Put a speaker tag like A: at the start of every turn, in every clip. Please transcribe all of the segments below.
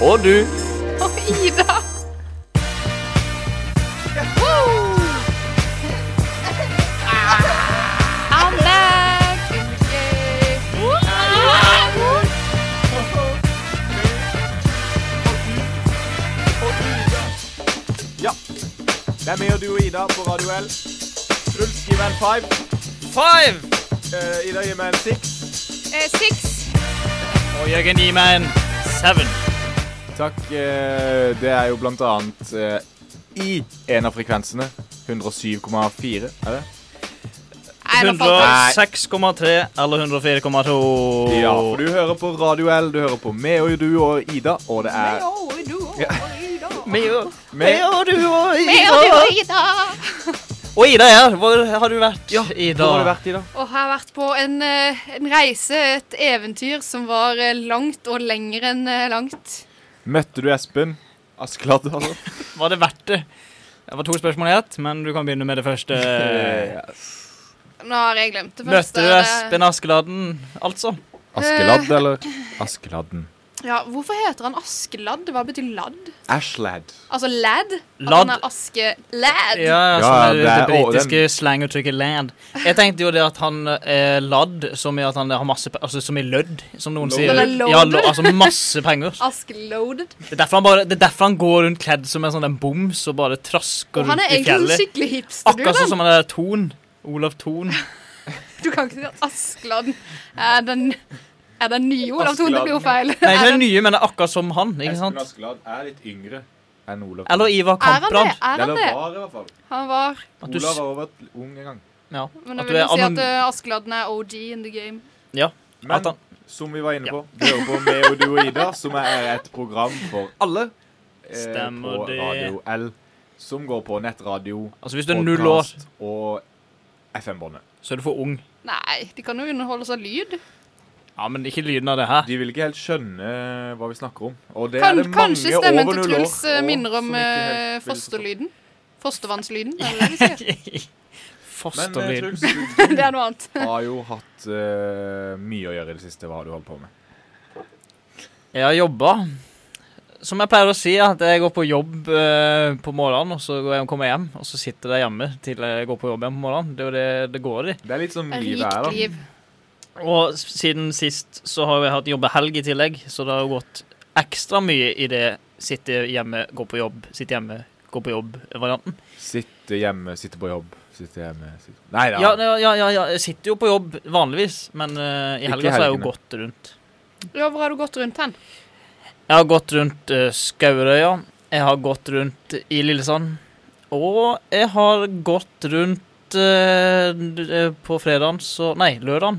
A: Og du.
B: Og Ida. I'm back. Yay.
C: Ja. Det er meg og du og Ida på Radio L. Truls gir meg en five.
A: Five.
C: Eh, Ida gir meg en six.
B: Eh, Six.
A: Og Jørgen gir meg en seven.
C: Takk. eh, Det er jo blant annet eh, i en av frekvensene. 107,4, er det?
B: Nei, nå falt jeg.
A: 106,3 eller 104,2.
C: Ja, for du hører på Radio L, du hører på meg og du og Ida, og det er
A: Meg og-
C: Meg-
A: meg og du og
B: Med og du
A: Ida.
B: og Ida.
A: Og Ida er her. Hvor har du vært, Ida?
C: Hvor har du vært, Ida?
B: Og jeg har vært på en, eh, en reise, et eventyr som var eh, langt og lenger enn eh, langt.
C: Møtte du Espen? Askeladd, altså?
A: Var det verdt det? Det var to spørsmål i ett, men du kan begynne med det første.
C: Eh,
B: Nå har jeg glemt det første.
A: Møtte du Espen Askeladden, altså?
C: Askeladd, eller? Askeladden.
B: Ja, hvorfor heter han Askeladd? Hva betyr ladd?
C: Ashlad.
B: Altså lad? At
A: Ladd.
B: han er Aske-lad?
A: Ja,
C: Ja,
A: som er
C: det
A: det,
C: er- å,
A: britiske slanguttrykket 'land'. Jeg tenkte jo det at han er ladd, som i at han har masse pe- Altså som i lødd, som noen
C: Load.
A: sier.
B: Eller
A: Ja,
B: load.
A: lo, altså masse penger.
B: Aske-loaded.
A: Det er, derfor han bare, det er derfor han går rundt kledd som en sånn en boms og bare trasker
B: Og han
A: rundt
B: er
A: i
B: egentlig en
A: fjellet.
B: skikkelig hipster, du.
A: Akkurat sånn
B: da.
A: som han der Thon. Olav Thon.
B: Du kan ikke si at Askeladden er den er den nye Olav Thon. Det blir jo feil.
A: Nei, ikke
B: Er
A: den
B: den-
A: nye, men det er akkurat som han. ikke sant?
C: Espen Askeladd er litt yngre enn Olav.
A: Eller Ivar
B: Er han det?
A: Kamprad.
B: Er han
C: Eller
B: det?
C: var, i hvert fall.
B: Han var
A: At du,
C: Olav
A: s-
C: har vært ung en gang.
A: ja,
B: Men
A: At
B: jeg
A: du
B: vil
A: er
B: jo si at
A: anon-
B: eh, Askeladden er OG in the game.
C: Men
A: at han,
C: som vi var inne
A: Ja.
C: på, du hører på meg og du og Ida, som er et program for alle eh,
A: Stemmer
C: på
A: det.
C: Radio L, som går på nettradio,
A: altså Hvis du er null år,
C: podkast og FM-båndet.
A: så er du for ung.
B: Nei, de kan jo underholdes av lyd.
A: Ja, Men ikke lyden av det her.
C: De vil ikke helt skjønne eh, hva vi snakker om. Og det
B: Kan,
C: er det mange
B: kanskje stemmen
C: over
B: til
C: null år
B: Truls eh,
C: og
B: minner om
C: som ikke helt
B: eh,
C: vil forstå.
B: fosterlyden. Fostervannslyden, er det det vi sier?
C: Men eh,
A: Fosterlyd.
C: Truls,
B: Det er noe annet.
C: du har jo hatt eh, mye å gjøre i det siste. Hva har du holdt på med?
A: Jeg har jobba. Som jeg pleier å si, at jeg går på jobb eh, på morgenen, og så går jeg og kommer hjem, og så sitter jeg hjemme til jeg går på jobb igjen på morgenen. Det er jo det det går i.
C: Det er litt sånn livet er,
B: Rikt
C: da.
B: liv.
A: Og s- siden sist så har jeg hatt jobbehelg i tillegg, så det har jo gått ekstra mye i det sitte hjemme, gå på jobb, sitte hjemme, gå på jobb-varianten.
C: Sitte hjemme, sitte på jobb, sitte hjemme sitte... Nei da.
A: Ja. Ja, ja, ja, ja, jeg sitter jo på jobb vanligvis, men eh, i
C: Ikke
A: helga så har jeg jo
C: helgene.
A: gått rundt.
B: Ja, hvor har du gått rundt hen?
A: Jeg har gått rundt uh, Skaurøya. Jeg har gått rundt i Lillesand. Og jeg har gått rundt eh, d- eh, På fredagen så Nei, lørdagen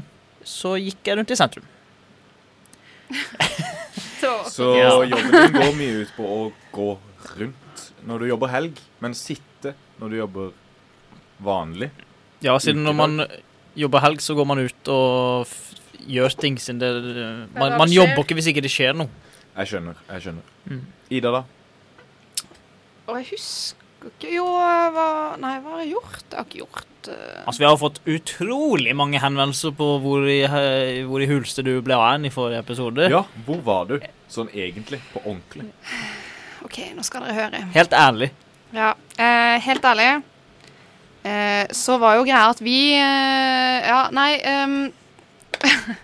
A: så gikk jeg rundt i sentrum.
B: Så,
C: Så
A: Ja.
C: jobben din går mye ut på å gå rundt når du jobber helg, men sitte når du jobber vanlig.
A: Ja, siden når man
C: Ukedag.
A: jobber helg, så går man ut og f gjør ting siden det
B: da
A: Man,
B: det
A: man
B: skjer.
A: jobber ikke hvis ikke det skjer noe.
C: Jeg skjønner. jeg skjønner.
A: Mm.
C: Ida, da?
B: og jeg husker ikke Jo, jeg var- Nei, hva har jeg gjort? Jeg har ikke gjort eh,
A: Altså, vi har fått utrolig mange henvendelser på hvor i, eh, hvor i hulste du ble av en i forrige episode.
C: Ja, hvor var du sånn egentlig? På ordentlig?
B: OK, nå skal dere høre.
A: Helt ærlig.
B: Ja, eh, helt ærlig eh, så var jo greia at vi eh, Ja, nei ehm,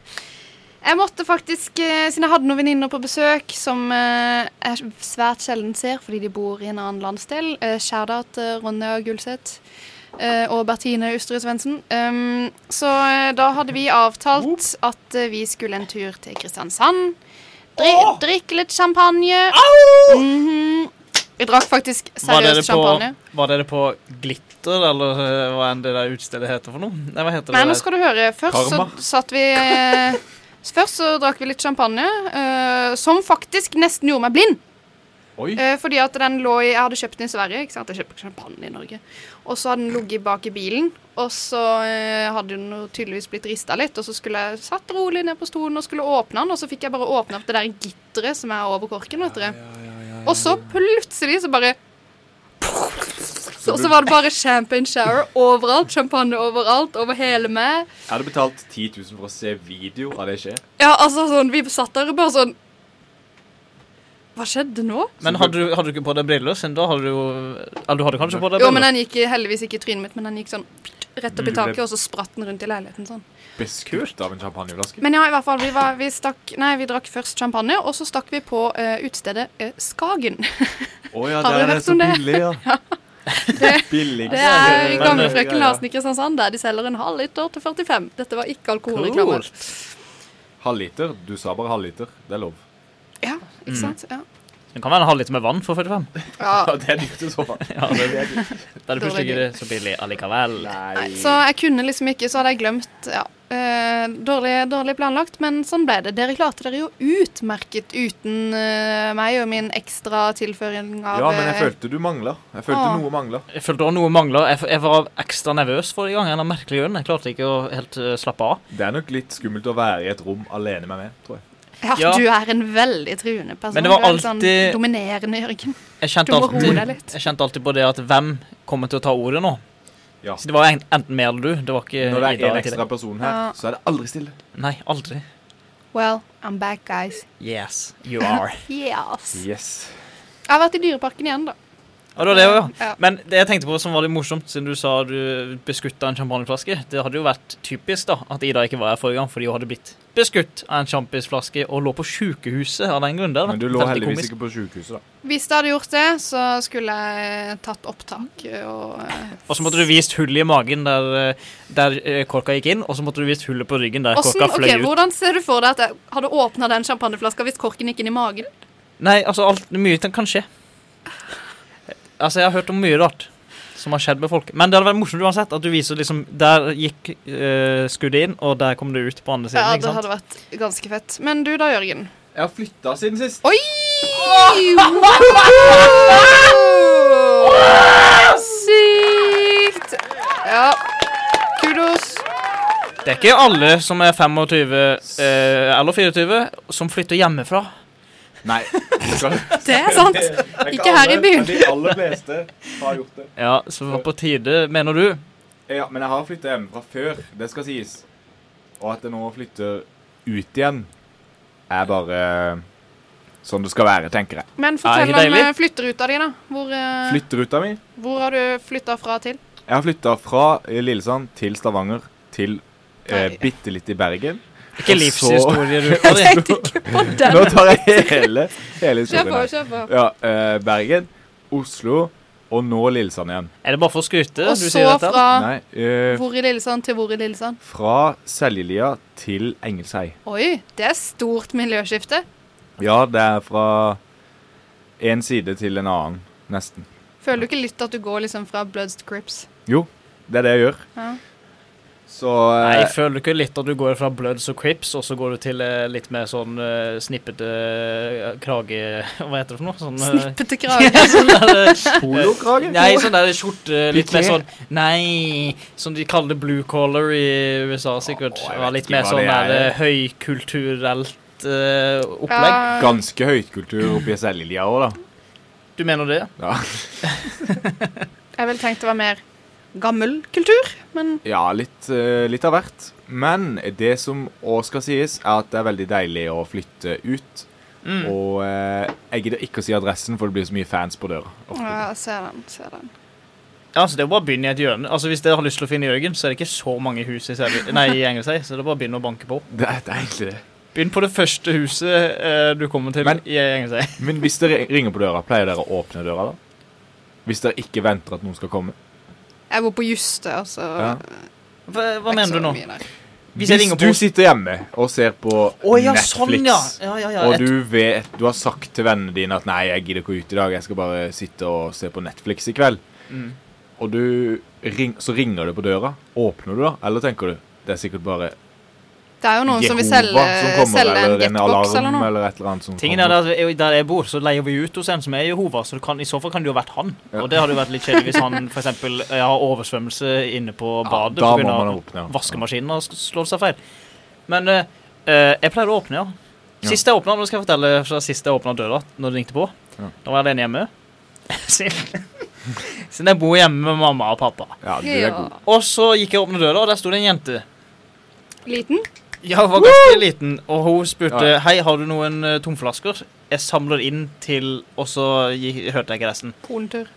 B: Jeg måtte faktisk, eh, siden jeg hadde noen venninner på besøk som eh, jeg svært sjelden ser fordi de bor i en annen landsdel eh, Shoutout eh, Ronja Gulseth eh, og Bertine Usterud Svendsen. ehm, så eh, da hadde vi avtalt at eh, vi skulle en tur til Kristiansand. Dri Drikke litt champagne.
A: Mm.
B: Mhm. Vi drakk faktisk
A: Var dere,
B: seriøst champagne.
A: på, var dere på glitter, eller eh, hva enn det der utestedet heter for noe? Nei, hva heter
B: Nei, nå
A: det der?
B: skal du høre. Først så
C: Karma.
B: satt vi eh, Først så drakk vi litt champagne, eh, som faktisk nesten gjorde meg blind.
C: Oi.
B: Eh, fordi at den lå i Jeg hadde kjøpt den i Sverige. ikke sant? Jeg kjøper ikke champagne i Norge. Og så hadde den ligget bak i bilen. Og så eh, hadde den jo tydeligvis blitt rista litt. Og så skulle jeg satt rolig ned på stolen og skulle åpne den, og så fikk jeg bare åpne opp det der gitteret som er over korken. vet dere. Og så plutselig så bare
C: Så
B: Og
C: du-
B: så var det bare champagne shower overalt. Champagne overalt, over hele meg.
C: Jeg hadde betalt 10 000 for å se video av det skje.
B: Ja, altså sånn, vi satt der og bare sånn Hva skjedde nå?
A: Men hadde du, hadde du ikke på deg briller, siden da hadde du jo Eller du hadde kanskje på deg
B: Jo, men
A: briller?
B: den gikk heldigvis ikke i trynet mitt, men den gikk sånn rett
C: Mm,
B: opp i taket, og så spratt den rundt i leiligheten sånn.
C: Beskutt av en champagneflaske.
B: Men ja, i hvert fall, vi, var, vi stakk Nei, vi drakk først champagne, og så stakk vi på eh, utestedet eh, Skagen.
C: Å ja,
B: Har
C: der
B: du
C: er det
B: hørt
C: så
B: om det?
C: billig, ja. Billig.
B: Det er
A: Men,
B: gamle
A: eh,
B: frøken
C: ja, ja.
B: Larsen i Kristiansand, der de selger en halv liter til 45. Dette var ikke alkoholreklame.
A: Kult.
C: Halvliter? Du sa bare halvliter. Det er lov.
B: Ja, ikke
A: Mm.
B: sant? Ja.
A: Det kan være en halvliter med vann for 45.
B: ja.
C: det er dyrt i så fall.
A: Ja, det, det er det
B: Dårlig
A: plutselig ikke det så billig allikevel.
B: Nei, så jeg kunne liksom ikke, så hadde jeg glemt ja. Eh, dårlig, dårlig planlagt, men sånn ble det. Dere klarte dere jo utmerket uten eh, meg og min ekstra tilføring av
C: Ja, men jeg
B: eh,
C: følte du mangla. Jeg følte
B: Åh.
C: noe mangla.
A: Jeg følte også noe mangler. Jeg, jeg var ekstra nervøs forrige gang. av en eller annen merkelig grunn. Jeg klarte ikke å helt eh, slappe av.
C: Det er nok litt skummelt å være i et rom alene med meg, tror jeg.
B: Ja,
A: Ja.
B: du er en veldig truende person.
A: Men det var
B: Du er litt
A: alltid-
B: sånn dominerende, Jørgen.
A: Jeg kjente,
B: Du må roe
A: alltid,
B: deg litt.
A: jeg kjente alltid på det at hvem kommer til å ta ordet nå?
C: Ja.
A: Så det var en- enten meg eller du. Det var ikke
C: Når det er
A: Ida
C: en
A: i
C: ekstra
A: tillegg.
C: person her,
B: Ja.
C: så er det aldri stille.
A: Nei, aldri.
B: Well, I'm back, guys.
A: Yes, you are.
B: Yes.
C: Yes.
B: Jeg har vært i Dyreparken igjen, da.
A: Og det var det også, Mm. ja.
B: Ja.
A: Men det jeg tenkte på som var litt morsomt, siden du sa du beskutta en champagneflaske Det hadde jo vært typisk da, at Ida ikke var her forrige gang, fordi hun hadde blitt beskutt av en sjampisflaske og lå på sjukehuset av den grunn. Det hadde
C: Men
A: vært
C: du lå
A: veldig
C: heldigvis
A: komisk.
C: ikke på sjukehuset, da.
B: Hvis jeg hadde gjort det, så skulle jeg tatt opptak og eh,
A: Og så måtte du vist hullet i magen der, eh, der eh, korka gikk inn, og så måtte du vist hullet på ryggen der
B: Åssen-
A: korka fløy
B: ok,
A: ut.
B: Hvordan ser du for deg at jeg hadde åpna den champagneflaska hvis korken gikk inn i magen?
A: Nei, altså, alt, mye kan skje. Altså, jeg har hørt om mye rart som har skjedd med folk. Men det hadde vært morsomt uansett at du viser liksom Der gikk eh, skuddet inn, og der kom det ut på andre siden.
B: Ja,
A: ikke
B: det
A: sant?
B: hadde vært ganske fett. Men du da, Jørgen?
C: Jeg har flytta siden sist.
B: Oi! Sykt! Ja. Kudos.
A: Det er ikke alle som er 25 eh, eller 24 som flytter hjemmefra.
C: Nei. Ikke
B: Det er sant. Ikke her i byen.
C: De aller fleste har gjort det.
A: Ja, så det var på tide, mener du?
C: Ja, men jeg har flytta hjemmefra før, det skal sies. Og at jeg nå flytter ut igjen, er bare eh, sånn det skal være, tenker jeg.
B: Men
A: Ja,
B: fortell
A: ikke
B: om
A: deilig?
B: eh, flytteruta di, da. Hvor, eh,
C: Flytteruta mi
B: hvor har du flytta fra til?
C: Jeg har flytta fra eh, Lillesand til Stavanger til eh,
B: Nei.
C: bitte litt i Bergen.
A: Ikke
C: Og så-
A: livshistorieruta di.
B: ikke på
C: Nå tar jeg hele, hele
B: Kjør
C: historien.
B: på,
C: her.
B: kjør på.
C: Ja, eh, Bergen, Oslo og nå Lillesand igjen.
A: Er det bare for å skryte?
B: Og
A: du
B: så
A: sier dette?
B: fra
C: Nei, eh,
B: Ah. hvor i Lillesand til hvor i Lillesand.
C: fra Seljelia til Engelsheim.
B: Oi, det er stort miljøskifte.
C: Ja, det er fra én side til en annen, nesten.
B: Føler du ikke litt at du går liksom fra Bloods to Crips?
C: Jo, det er det jeg gjør.
B: Ja.
C: Så
A: Nei,
C: eh,
A: føler du ikke litt at du går fra Bloods og Crips, og så går du til eh, litt mer sånn eh, snippete eh, krage... Hva heter det for noe? Sånn, eh,
B: Snippete krage.
A: ja, sånn der, eh,
C: Polokrage?
A: Nei, sånn der skjorte Litt
C: Piqué?
A: mer sånn Nei, som de kaller det blue collar i USA, sikkert.
C: Å, jeg
A: Det var
C: vet
A: litt
C: ikke
A: mer
C: hva
A: sånn
C: det
A: der
C: er.
A: eh, høykulturelt eh, opplegg.
B: Ja,
C: Ganske høytkultur oppi Seljelia òg, da.
A: Du mener det?
C: Ja.
B: jeg ville tenkt det var mer gammel kultur, men
C: Ja, litt, eh, litt av hvert. Men det som òg skal sies, er at det er veldig deilig å flytte ut.
A: Mm.
C: Og eh, jeg gidder ikke å si adressen, for det blir så mye fans på døra.
B: ja, jeg ser den. ser den.
A: Ja, altså, det er bare å begynne i et hjørne. Altså, Hvis dere har lyst til å finne Jørgen, så er det ikke så mange hus i, Sel- nei, i Engelsøy, så det er bare å begynne å banke på.
C: Det, er- det er egentlig det.
A: Begynn på det første huset eh, du kommer til
C: Men-
A: i Engelsøy.
C: Men hvis dere ringer på døra, pleier dere å åpne døra da? Hvis dere ikke venter at noen skal komme?
B: Jeg bor på Juste, altså.
C: Ja.
A: Hva, hva mener du nå? Hvis
C: Hvis,
A: jeg ringer
C: du
A: på-
C: sitter hjemme og ser på
A: Å ja,
C: Netflix
A: sånn, ja! ja, ja, ja.
C: Og
A: Et,
C: du vet, du har sagt til vennene dine at nei, jeg gidder ikke å ut i dag, jeg skal bare sitte og se på Netflix i kveld.
A: Mm.
C: Og du, ring, så ringer du på døra. Åpner du da, eller tenker du det er sikkert bare
B: Det er jo noen
C: Jehova
B: som vil selge, selge en
C: eller en
B: getbox
C: alarm
B: eller noe.
C: eller et eller annet som
A: tingen er
C: kommer.
A: der, der jeg bor, så leier vi ut hos en som er Jehova, så det kan, i så fall kan det jo ha vært han.
C: Ja.
A: Og det hadde jo vært litt kjedelig hvis han for eksempel, eh, har oversvømmelse inne på badet
C: da
A: på
C: må
A: grunn
C: man
A: av
C: åpne. ja.
A: vaskemaskinen har sk- slått seg feil. Men eh, eh, jeg pleier å åpne, ja. Sist jeg åpna, nå skal jeg fortelle fra sist jeg åpna døra, når det ringte på.
C: Ja.
A: Da var jeg alene hjemme. Siden siden jeg bor hjemme med mamma og pappa.
C: Ja, du er
B: Ja.
C: god.
A: Og så gikk jeg og åpnet døra, og der sto det en jente.
B: Liten?
A: Ja, hun var ganske liten, og hun spurte
C: Ja.
A: Hei, har du noen eh, tomflasker. jeg samler inn til Og så gi- hørte jeg ikke resten.
B: Polentur.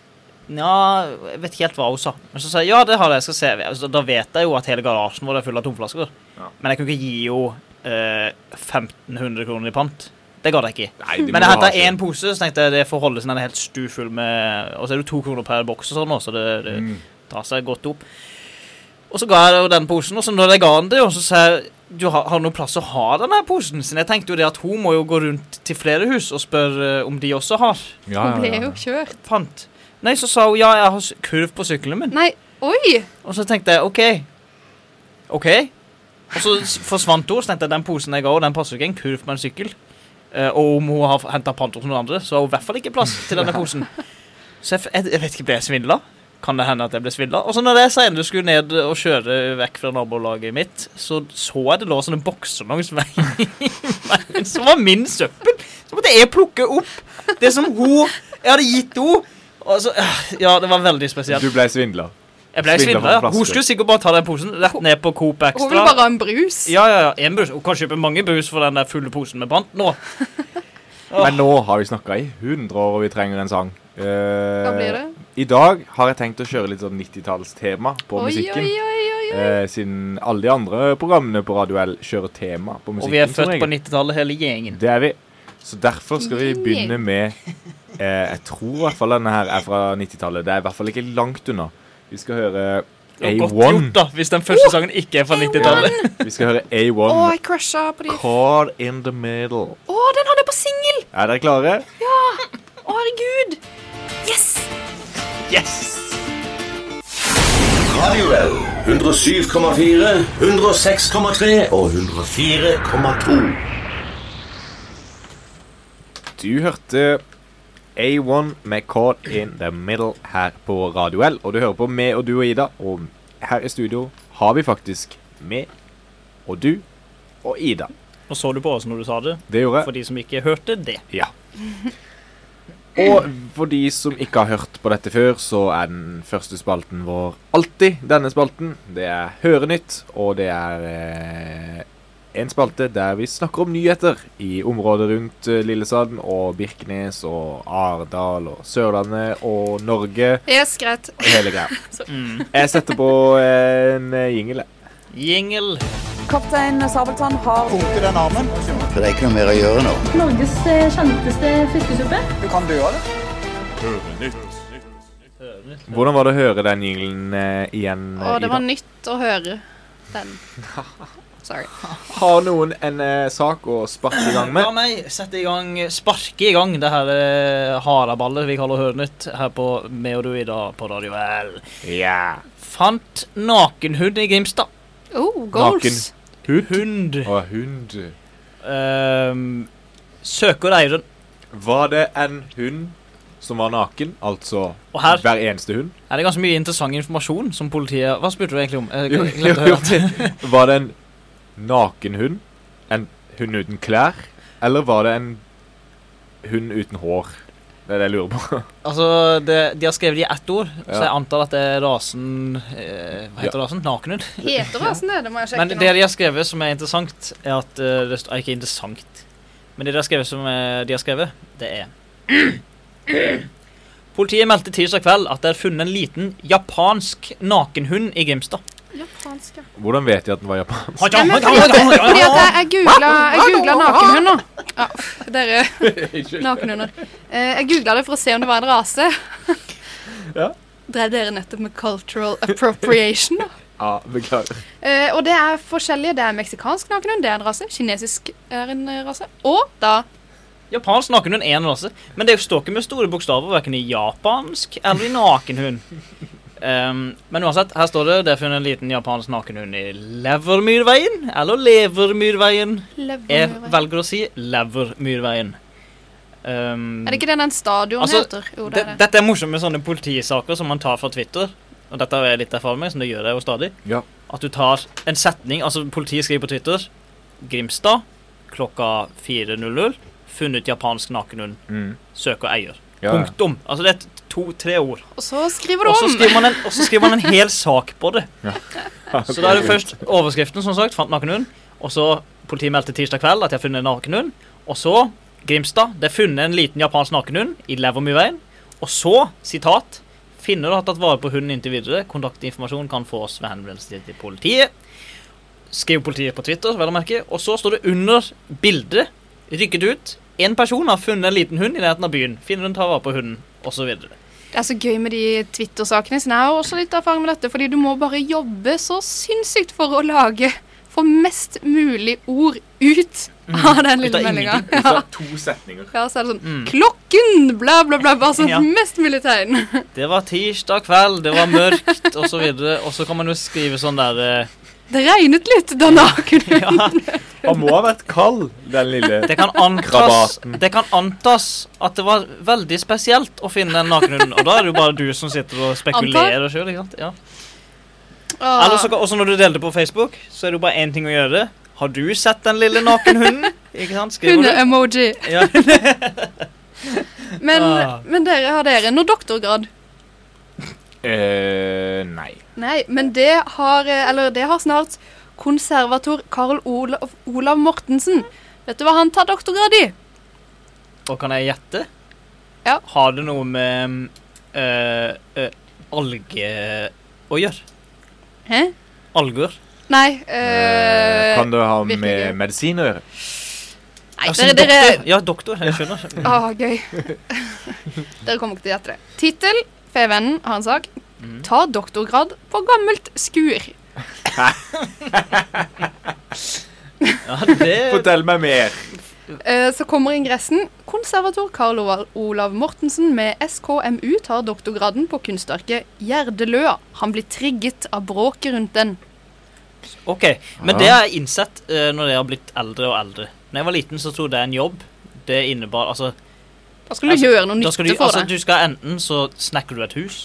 A: Nja, jeg vet ikke helt hva hun sa. Men så sa jeg ja, det har jeg, jeg skal se. Altså, da vet jeg jo at hele garasjen vår er full av tomflasker.
C: Ja.
A: Men jeg kunne ikke gi henne eh, 1500 kroner i pant. Det gadd jeg ikke.
C: Nei, det må
A: Men jeg
C: du ha
A: henta
C: selv.
A: én pose, så tenkte jeg det får holde siden den er helt stufull med Og så er det jo to kroner per boks og sånn, også, så det, det
C: Mm.
A: tar seg godt opp. Og så ga jeg henne den posen, og så når jeg ga henne det, og så sa jeg du har, har du noen plass å ha denne posen sin. Jeg tenkte jo det at hun må jo gå rundt til flere hus og spørre eh, om de også har
C: Ja,
B: Hun
C: ja,
B: ble
C: ja.
B: jo kjørt.
A: pant. Nei, så sa hun ja, jeg har s- kurv på sykkelen min.
B: Nei, oi!
A: Og så tenkte jeg OK. OK. Og så s- forsvant hun. Så tenkte jeg den posen jeg ga henne, den passer jo ikke en kurv med en sykkel. Eh, og om hun har henta pant hos noen andre, så har hun i hvert fall ikke plass til denne posen. Så jeg, f- jeg, jeg vet ikke, ble jeg svindla? Kan det hende at jeg ble svindla? Og så når jeg senere skulle ned og kjøre vekk fra nabolaget mitt, så så jeg det lå sånne bokser langs veien som var min søppel. Så måtte jeg plukke opp det som hun Jeg hadde gitt henne. Og så, øh, ja, det var veldig spesielt.
C: Du ble svindla.
A: Jeg ble
C: Svindlet
A: svindla.
C: for flasker.
A: Hun skulle sikkert bare ta den posen rett ned på Coop
B: Hun ville bare
A: Extra.
B: ha en brus.
A: Ja, ja, ja. En brus. Hun kan kjøpe mange brus for den der fulle posen med pant nå. Åh.
C: Men nå har vi snakka i 100 år, og vi trenger en sang. Eh,
B: Hva blir det?
C: I dag har jeg tenkt å kjøre litt sånn 90-tallstema eh, på
B: Oi,
C: musikken.
B: oi, oi, oi, oi.
C: Eh, siden alle de andre programmene på Radio L kjører tema på musikken.
A: Og vi er
C: som
A: født på
C: regel.
A: 90-tallet, hele gjengen.
C: Det er vi. Så derfor skal vi
B: Yay.
C: begynne med eh, Jeg tror i hvert fall denne her er fra 90-tallet. Det er i hvert fall ikke langt unna. Vi skal høre
A: Det var godt gjort,
C: A1.
A: da, hvis den første sangen ikke er fra 90-tallet.
C: Vi skal høre
B: Å,
C: A1
B: jeg crusha på de Å,
C: Caught in the middle.
B: den hadde jeg på singel!
C: Er dere klare?
B: Å, herregud. Yes!
A: Yes!
D: Radio L 107,4, 106,3 og 104,2.
C: Du hørte A1 med Caught in the middle her på Radio L. Og du hører på meg og du og Ida. Og her i studio har vi faktisk meg og du og Ida.
A: Nå så du på oss når du sa det,
C: Det gjorde jeg.
A: for de som ikke hørte det.
C: Ja. Og for de som ikke har hørt på dette før, så er den første spalten vår alltid denne spalten. Det er Hørenytt, og det er eh, en spalte der vi snakker om nyheter i området rundt eh, Lillesand og Birkenes og Ardal og Sørlandet og Norge
B: Yes, greit.
C: og hele greia.
A: Mm.
C: Jeg setter på en eh, jingle. jeg.
A: Jingle.
E: Kaptein Sabeltann har
F: For det er ikke noe mer å gjøre nå.
G: Norges eh, kjenteste fiskesuppe.
C: Hvordan var det å høre den jinglen eh, igjen? eh,
B: Å, det
C: Ida?
B: var nytt å høre den. Sorry.
C: Har noen en eh, sak å sparke i gang med?
A: La meg sette i gang, sparke i gang det her eh, haraballet vi kaller Hørenytt her på Med og du i dag på Radio L.
C: Ja.
A: Fant nakenhund i Grimstad.
B: Oh, goals.
A: Hund.
C: Og hund.
A: Ehm, søker eieren.
C: Var det en hund som var naken? Altså
A: Og her
C: hver eneste hund?
A: er det ganske mye interessant informasjon som politiet Hva spurte du egentlig om? Jeg
C: Jo,
A: glemte å
C: jo,
A: høre.
C: Var det en naken hund? En hund uten klær? Eller var det en hund uten hår? Det er det jeg lurer på.
A: Altså, det, De har skrevet det i ett ord, så
C: Ja.
A: jeg antar at det er rasen eh, Hva heter rasen? Nakenhund?
B: Heter rasen det? Det må jeg sjekke
A: Men det
B: nå.
A: de har skrevet som er interessant, er at eh, det st- er Ikke interessant, men det de har skrevet som eh, de har skrevet, det er Politiet meldte tirsdag kveld at det er funnet en liten japansk nakenhund i Grimstad.
B: Japansk, ja.
C: Hvordan vet de at den var japansk?
B: Nei, men fordi at, fordi at jeg, jeg googla, jeg googla nakenhund nå. Ja, pff, dere nakenhunder. Eh, jeg googla det for å se om det var en rase.
C: Ja.
B: Drev dere nettopp med cultural appropriation? da?
C: Ja, beklager.
B: Eh, og det er forskjellige. Det er meksikansk nakenhund, det er en rase. Kinesisk er en eh, rase. Og da
A: Japansk nakenhund er en rase, men det står ikke med store bokstaver hverken i japansk eller i nakenhund. Ehm, men uansett, her står det det er funnet en liten japansk nakenhund i Levermyrveien, eller Levermyrveien. Jeg
B: levermurvei.
A: velger å si Levermyrveien. Ehm,
B: Er det ikke det den stadion
A: Altså,
B: heter? Jo, det
A: det-
B: er det.
A: Dette er morsomt med sånne politisaker som man tar fra Twitter. Og dette har jeg litt erfaring med, som det gjør jeg jo stadig.
C: Ja.
A: At du tar en setning Altså, politiet skriver på Twitter Grimstad klokka 4.00. Funnet japansk nakenhund.
C: Mm.
A: Søker eier.
C: Ja, ja.
A: Punktum. Altså det er to-tre ord.
B: Og så skriver
A: Og
B: du
A: så
B: om.
A: skriver, man en- og så skriver man en hel sak på det. Så da er det
C: Ok.
A: først overskriften, som sagt, fant nakenhund. Og så politiet meldte tirsdag kveld at de har funnet en nakenhund. Og så Grimstad. Det er funnet en liten japansk nakenhund i Levermyveien. Og så, sitat Finner du har tatt vare på hunden inntil videre, kontaktinformasjon kan fås ved henvendelse til politiet. Skriv politiet på Twitter, vel å merke. Og så står det under bildet, rykket ut, en person har funnet en liten hund i nærheten av byen. Finner hun tar vare på hunden, osv.
B: Det er så Altså, gøy med de Twitter-sakene. Så jeg har også litt erfaring med dette, fordi du må bare jobbe så sinnssykt for å lage Få mest mulig ord ut av den
A: Mm. Ut
B: lille
A: av
B: meldinga.
A: ingenting.
B: Ja.
C: to setninger.
B: ja, så er det sånn
A: Mm.
B: Klokken! Bla, bla, bla. Bare sånn
A: Ja.
B: mest mulig tegn.
A: Det var tirsdag kveld, det var mørkt, osv. Og så kan man jo skrive sånn der eh,
B: Det regnet litt da naken hun
A: Ja.
C: Han må ha vært kald, den lille
A: Det kan, antas,
C: Krabaten.
A: det kan antas at det var veldig spesielt å finne en nakenhund. Og da er det jo bare du som sitter og spekulerer sjøl. Ja.
B: Åh.
A: Eller så kan- Også når du deler det på Facebook, så er det jo bare én ting å gjøre. Har du sett den lille nakenhunden? Ikke sant? Skriver du?
B: Hunde-emoji.
A: Ja.
B: Men,
A: Ah.
B: men dere har dere noe doktorgrad?
C: Eh, Nei.
B: Nei, men det har eh, Eller det har snart konservator Karl Olav, Olav Mortensen. Vet du hva han tar doktorgrad i?
A: Og kan jeg gjette?
B: Ja.
A: Har det noe med mm, øh, øh, alge å gjøre?
B: Hæ?
A: Alger?
B: Nei.
C: Eh,
B: eh,
C: Kan det ha
B: virkelig
C: med
B: gøy.
C: medisin å gjøre?
B: nei,
A: Altså,
B: dere, dere
A: doktor. Ja, doktor. Jeg skjønner.
B: Å, gøy. dere kommer ikke til å gjette det. Tittel Fevennen har en sak.
A: Mm.
B: Ta doktorgrad på gammelt skur.
A: Ja, det
C: Fortell meg mer.
B: Eh, Så kommer ingressen. Konservator Karl Oval- Olav Mortensen med SKMU tar doktorgraden på kunstverket Gjerdeløa. Han blir trigget av bråket rundt den.
A: Ok, men det har jeg innsett eh, når jeg har blitt eldre og eldre. Når jeg var liten, så trodde jeg en jobb. Det innebar altså,
B: Da skal du
A: Altså,
B: gjøre noe
A: da
B: nytte
A: skal du,
B: for
A: altså
B: det.
A: du skal Enten så snekker du et hus,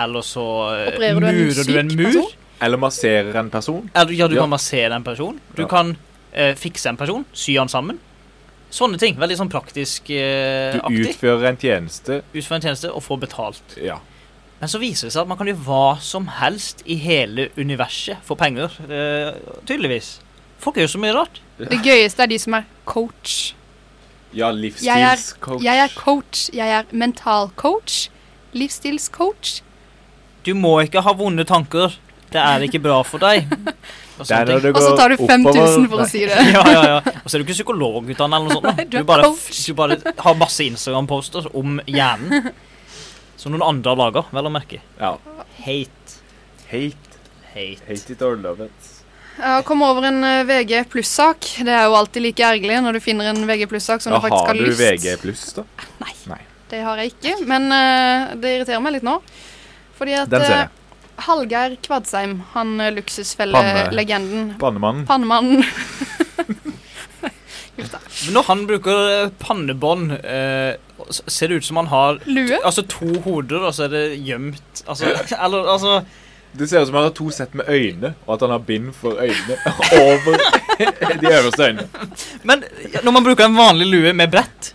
A: eller så eh,
B: Opererer du en
A: murer
B: syk
A: du en mur.
B: person?
C: Eller masserer en person.
A: Eller, ja, du
C: Ja.
A: kan massere en person. Du
C: Ja.
A: kan eh, fikse en person, sy han sammen. Sånne ting. Veldig sånn praktisk eh,
C: Du
A: aktig.
C: utfører en tjeneste.
A: Utføre en tjeneste og få betalt.
C: Ja.
A: Men så viser det seg at man kan gjøre hva som helst i hele universet for penger. eh, tydeligvis. Folk gjør så mye rart.
B: Det gøyeste er de som er coach.
C: Ja, livsstilscoach.
B: Jeg er coach. Jeg er mental coach. Livsstilscoach.
A: Du må ikke ha vonde tanker. Det er ikke bra for deg. Og
C: Det er
A: sånne
C: når det
A: Sånn ting.
B: Og så
C: går
B: tar du
C: oppover-
B: 5000 for
C: Nei.
B: å si det.
A: Ja, ja, ja. Og så er du ikke psykologutdannet eller noe sånt. da.
B: Nei, du er
A: Du bare,
B: coach.
A: du bare har masse Instagram-poster om hjernen. Som noen andre har laga, vel å merke.
C: Ja.
A: Hate.
C: Hate,
A: Hate.
C: hate it or love it.
B: Ja, Kom over en eh, VG pluss-sak. Det er jo alltid like ergerlig når du finner en VG pluss-sak som
C: Ja,
B: du faktisk
C: har
B: har
C: du
B: lyst
C: VG pluss, da?
B: Det har jeg ikke, men eh, det irriterer meg litt nå. Fordi at
C: Den ser
B: eh,
C: jeg.
B: Hallgeir Kvadsheim, han eh, luksusfellelegenden,
C: Bannemannen.
B: pannemannen
A: Men når han bruker eh, pannebånd, eh, s- ser det ut som han har
B: Lue,
A: Altså to hoder, og så er det gjemt Altså, eller, altså
C: Det ser ut som han har to sett med øyne, og at han har bind for øynene over de øverste øynene.
A: Men ja, når man bruker en vanlig lue med brett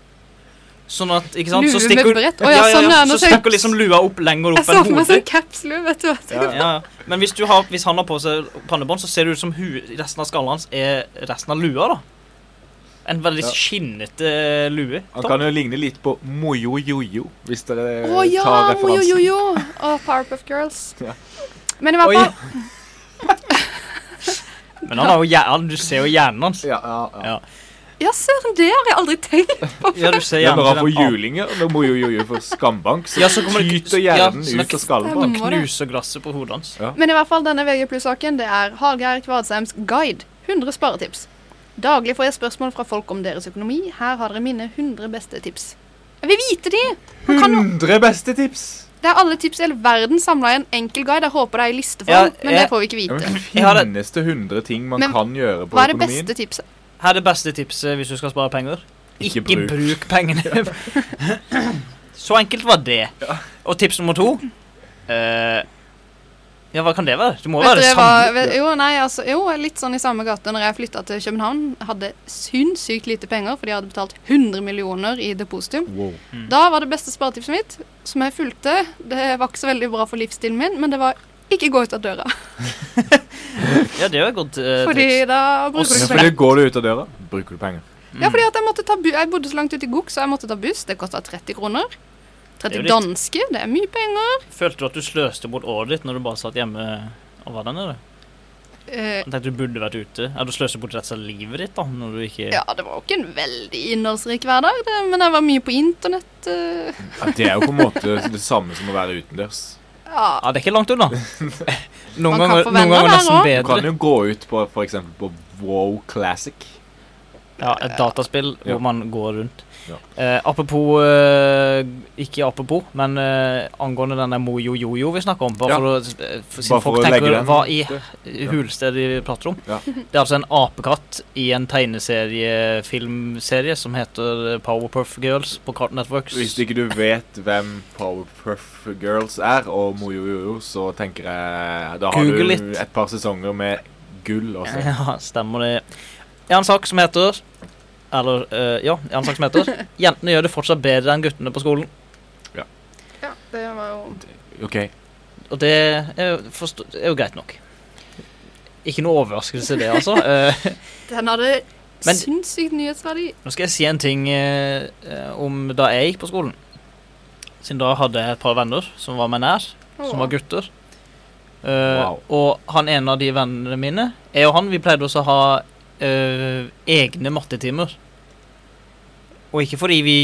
A: Sånn at, ikke sant, så
B: Lue med
A: stikker
B: brett? Å ja, sånn, ja, nå
A: Så
B: ser jeg-
A: stikker liksom lua opp
B: jeg
A: lenger opp
B: så
A: enn
B: for meg
A: hodet
B: sånn capslue, vet du hva.
C: Ja.
A: ja, ja. Men hvis, du har, hvis han har på seg pannebånd Så ser det ut som hu, resten av skallen hans Er resten av lua da En veldig
C: Ja.
A: skinnete eh, lue
C: Han kan jo ligne litt på Mojo Jojo, hvis dere
B: Å ja,
C: tar
B: jo, jo,
C: referansen.
B: jo. Og Powerpuff Girls.
C: Ja.
B: Men i hvert
A: Oi.
B: fall,
A: Men han har jo hjernen, du ser jo hjernen hans
C: Ja, ja, ja.
A: Ja.
B: ja søren, det har jeg aldri tenkt.
A: Ja, du ser
C: Ja,
A: hjernen
C: når han
A: til
C: får
A: den annen.
C: julinger, når Mojo Jojo får skambank, så,
A: Ja, så kommer det-
C: tyter
A: ja,
C: hjernen
A: så
C: ut
A: det-
C: av skallen på
B: Stemmer.
C: han.
A: Han knuser glasset på hodet hans
B: Men i hvert fall denne VG pluss-saken, det er Hallgeir Kvadseims guide. 100 sparetips. Daglig får jeg spørsmål fra folk om deres økonomi. Her har dere mine 100 beste tips. Jeg vil vite de! Han kan jo
C: 100 beste tips!
B: Det er alle tips i hele verden samla i en enkel guide. Jeg håper det er i listeform,
A: Ja,
B: men det
A: jeg-
B: får vi ikke
C: Ja,
B: vite.
C: men
A: Jeg har et-
C: finnes det 100 ting man
B: Men
C: kan gjøre på
B: Hva er det
C: økonomien?
B: beste tipset?
A: Her er det beste tipset hvis du skal spare penger.
C: Ikke
A: Ikke,
C: bruk.
A: bruk. pengene. Så enkelt var det. Og tips nummer to eh, Ja, hva kan det være? Det må
B: Vet
A: være det
B: dere
A: samme.
B: hva- jo, nei, altså, jo, litt sånn i samme gate når jeg flytta til København. Hadde sinnssykt lite penger, fordi jeg hadde betalt 100 millioner i depositum.
C: Wow.
B: Da var det beste sparetipset mitt, som jeg fulgte. Det var ikke så veldig bra for livsstilen min, men det var ikke gå ut av døra.
A: Ja, det er jo et godt eh,
B: Fordi
A: tips.
B: da
A: Og
B: bruker du
A: så-
B: ikke
C: Ja, for
B: penger.
C: det går du ut av døra, bruker du penger.
A: Mm.
B: Ja, fordi at jeg, måtte ta bu jeg bodde så langt ute i Gok, så jeg måtte ta buss. Det kosta 30 kroner.
A: Det er
B: 30
A: jo litt-
B: danske, det er mye penger.
A: Følte du at du sløste bort året ditt når du bare satt hjemme og var der nede?
B: Eh,
A: Jeg tenkte du burde vært ute. Ja, du sløste bort resten av livet ditt da, når du ikke
B: ja, det var jo ikke en veldig innholdsrik hverdag, det, men jeg var mye på internett. eh,
C: Ja, det er jo på en måte det samme som å være utendørs.
B: ja.
A: Ja, det er ikke langt unna.
B: Man
A: Noen
B: kan
A: ganger,
B: få venner
A: noen ganger
B: der
A: nesten
B: også.
C: Du kan
A: bedre.
C: jo gå ut på for eksempel på Wow Classic.
A: Ja, et dataspill
C: Ja.
A: hvor man går rundt.
C: Ja.
A: Eh, apropos eh, Ikke apropos, men eh, angående denne Mojo-jojo vi snakker om. Bare
C: Ja.
A: for å, eh,
C: Bare
A: for, siden
C: for
A: folk
C: å legge
A: tenker
C: den
A: hva i
C: Ja.
A: hulsted vi prater om.
C: Ja.
A: Det er altså en apekatt i en tegneserie, filmserie, som heter Powerpuff Girls på Carton Networks.
C: Hvis ikke du vet hvem Powerpuff Girls er, og Mojojojo, så tenker jeg Da har
A: Google
C: du
A: litt.
C: et par sesonger med gull å se.
A: Ja, stemmer det. Jeg har en sak som heter Eller, eh, ja, jeg har en sak som heter 'Jentene gjør det fortsatt bedre enn guttene på skolen'.
B: ja, det var jo
C: OK.
A: Og det er, jo- forstå, er jo greit nok. Ikke noe overraskelse i det, altså. Eh,
B: Den hadde
A: Men-
B: sinnssykt nyhetsverdi.
A: nå skal jeg si en ting eh, eh, om da jeg gikk på skolen. Siden da hadde jeg et par venner som var meg nær, som var gutter. Eh,
C: Wow.
A: Og han ene av de vennene mine Jeg og han, vi pleide også å ha eh, egne mattetimer. Og ikke fordi vi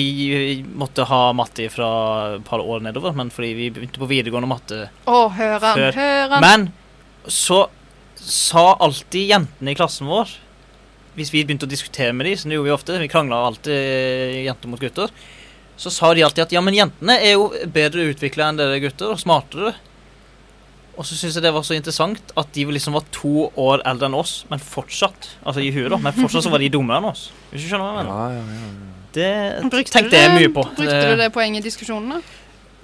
A: eh, måtte ha matte fra et par år nedover, men fordi vi begynte på videregående matte
B: Å, hør han,
A: Før.
B: hør han.
A: Men så sa alltid jentene i klassen vår Hvis vi begynte å diskutere med dem, som det gjorde vi ofte Vi krangla alltid eh, jenter mot gutter. Så sa de alltid at ja, men jentene er jo bedre utvikla enn dere gutter, og smartere. Og så syns jeg det var så interessant at de liksom var to år eldre enn oss, men fortsatt Altså i huet, da. Men fortsatt så var de dummere enn oss. Hvis du skjønner hva jeg mener. Det
B: Brukte du
A: tenkte jeg
B: det-
A: mye på.
B: Brukte du det poenget i diskusjonene?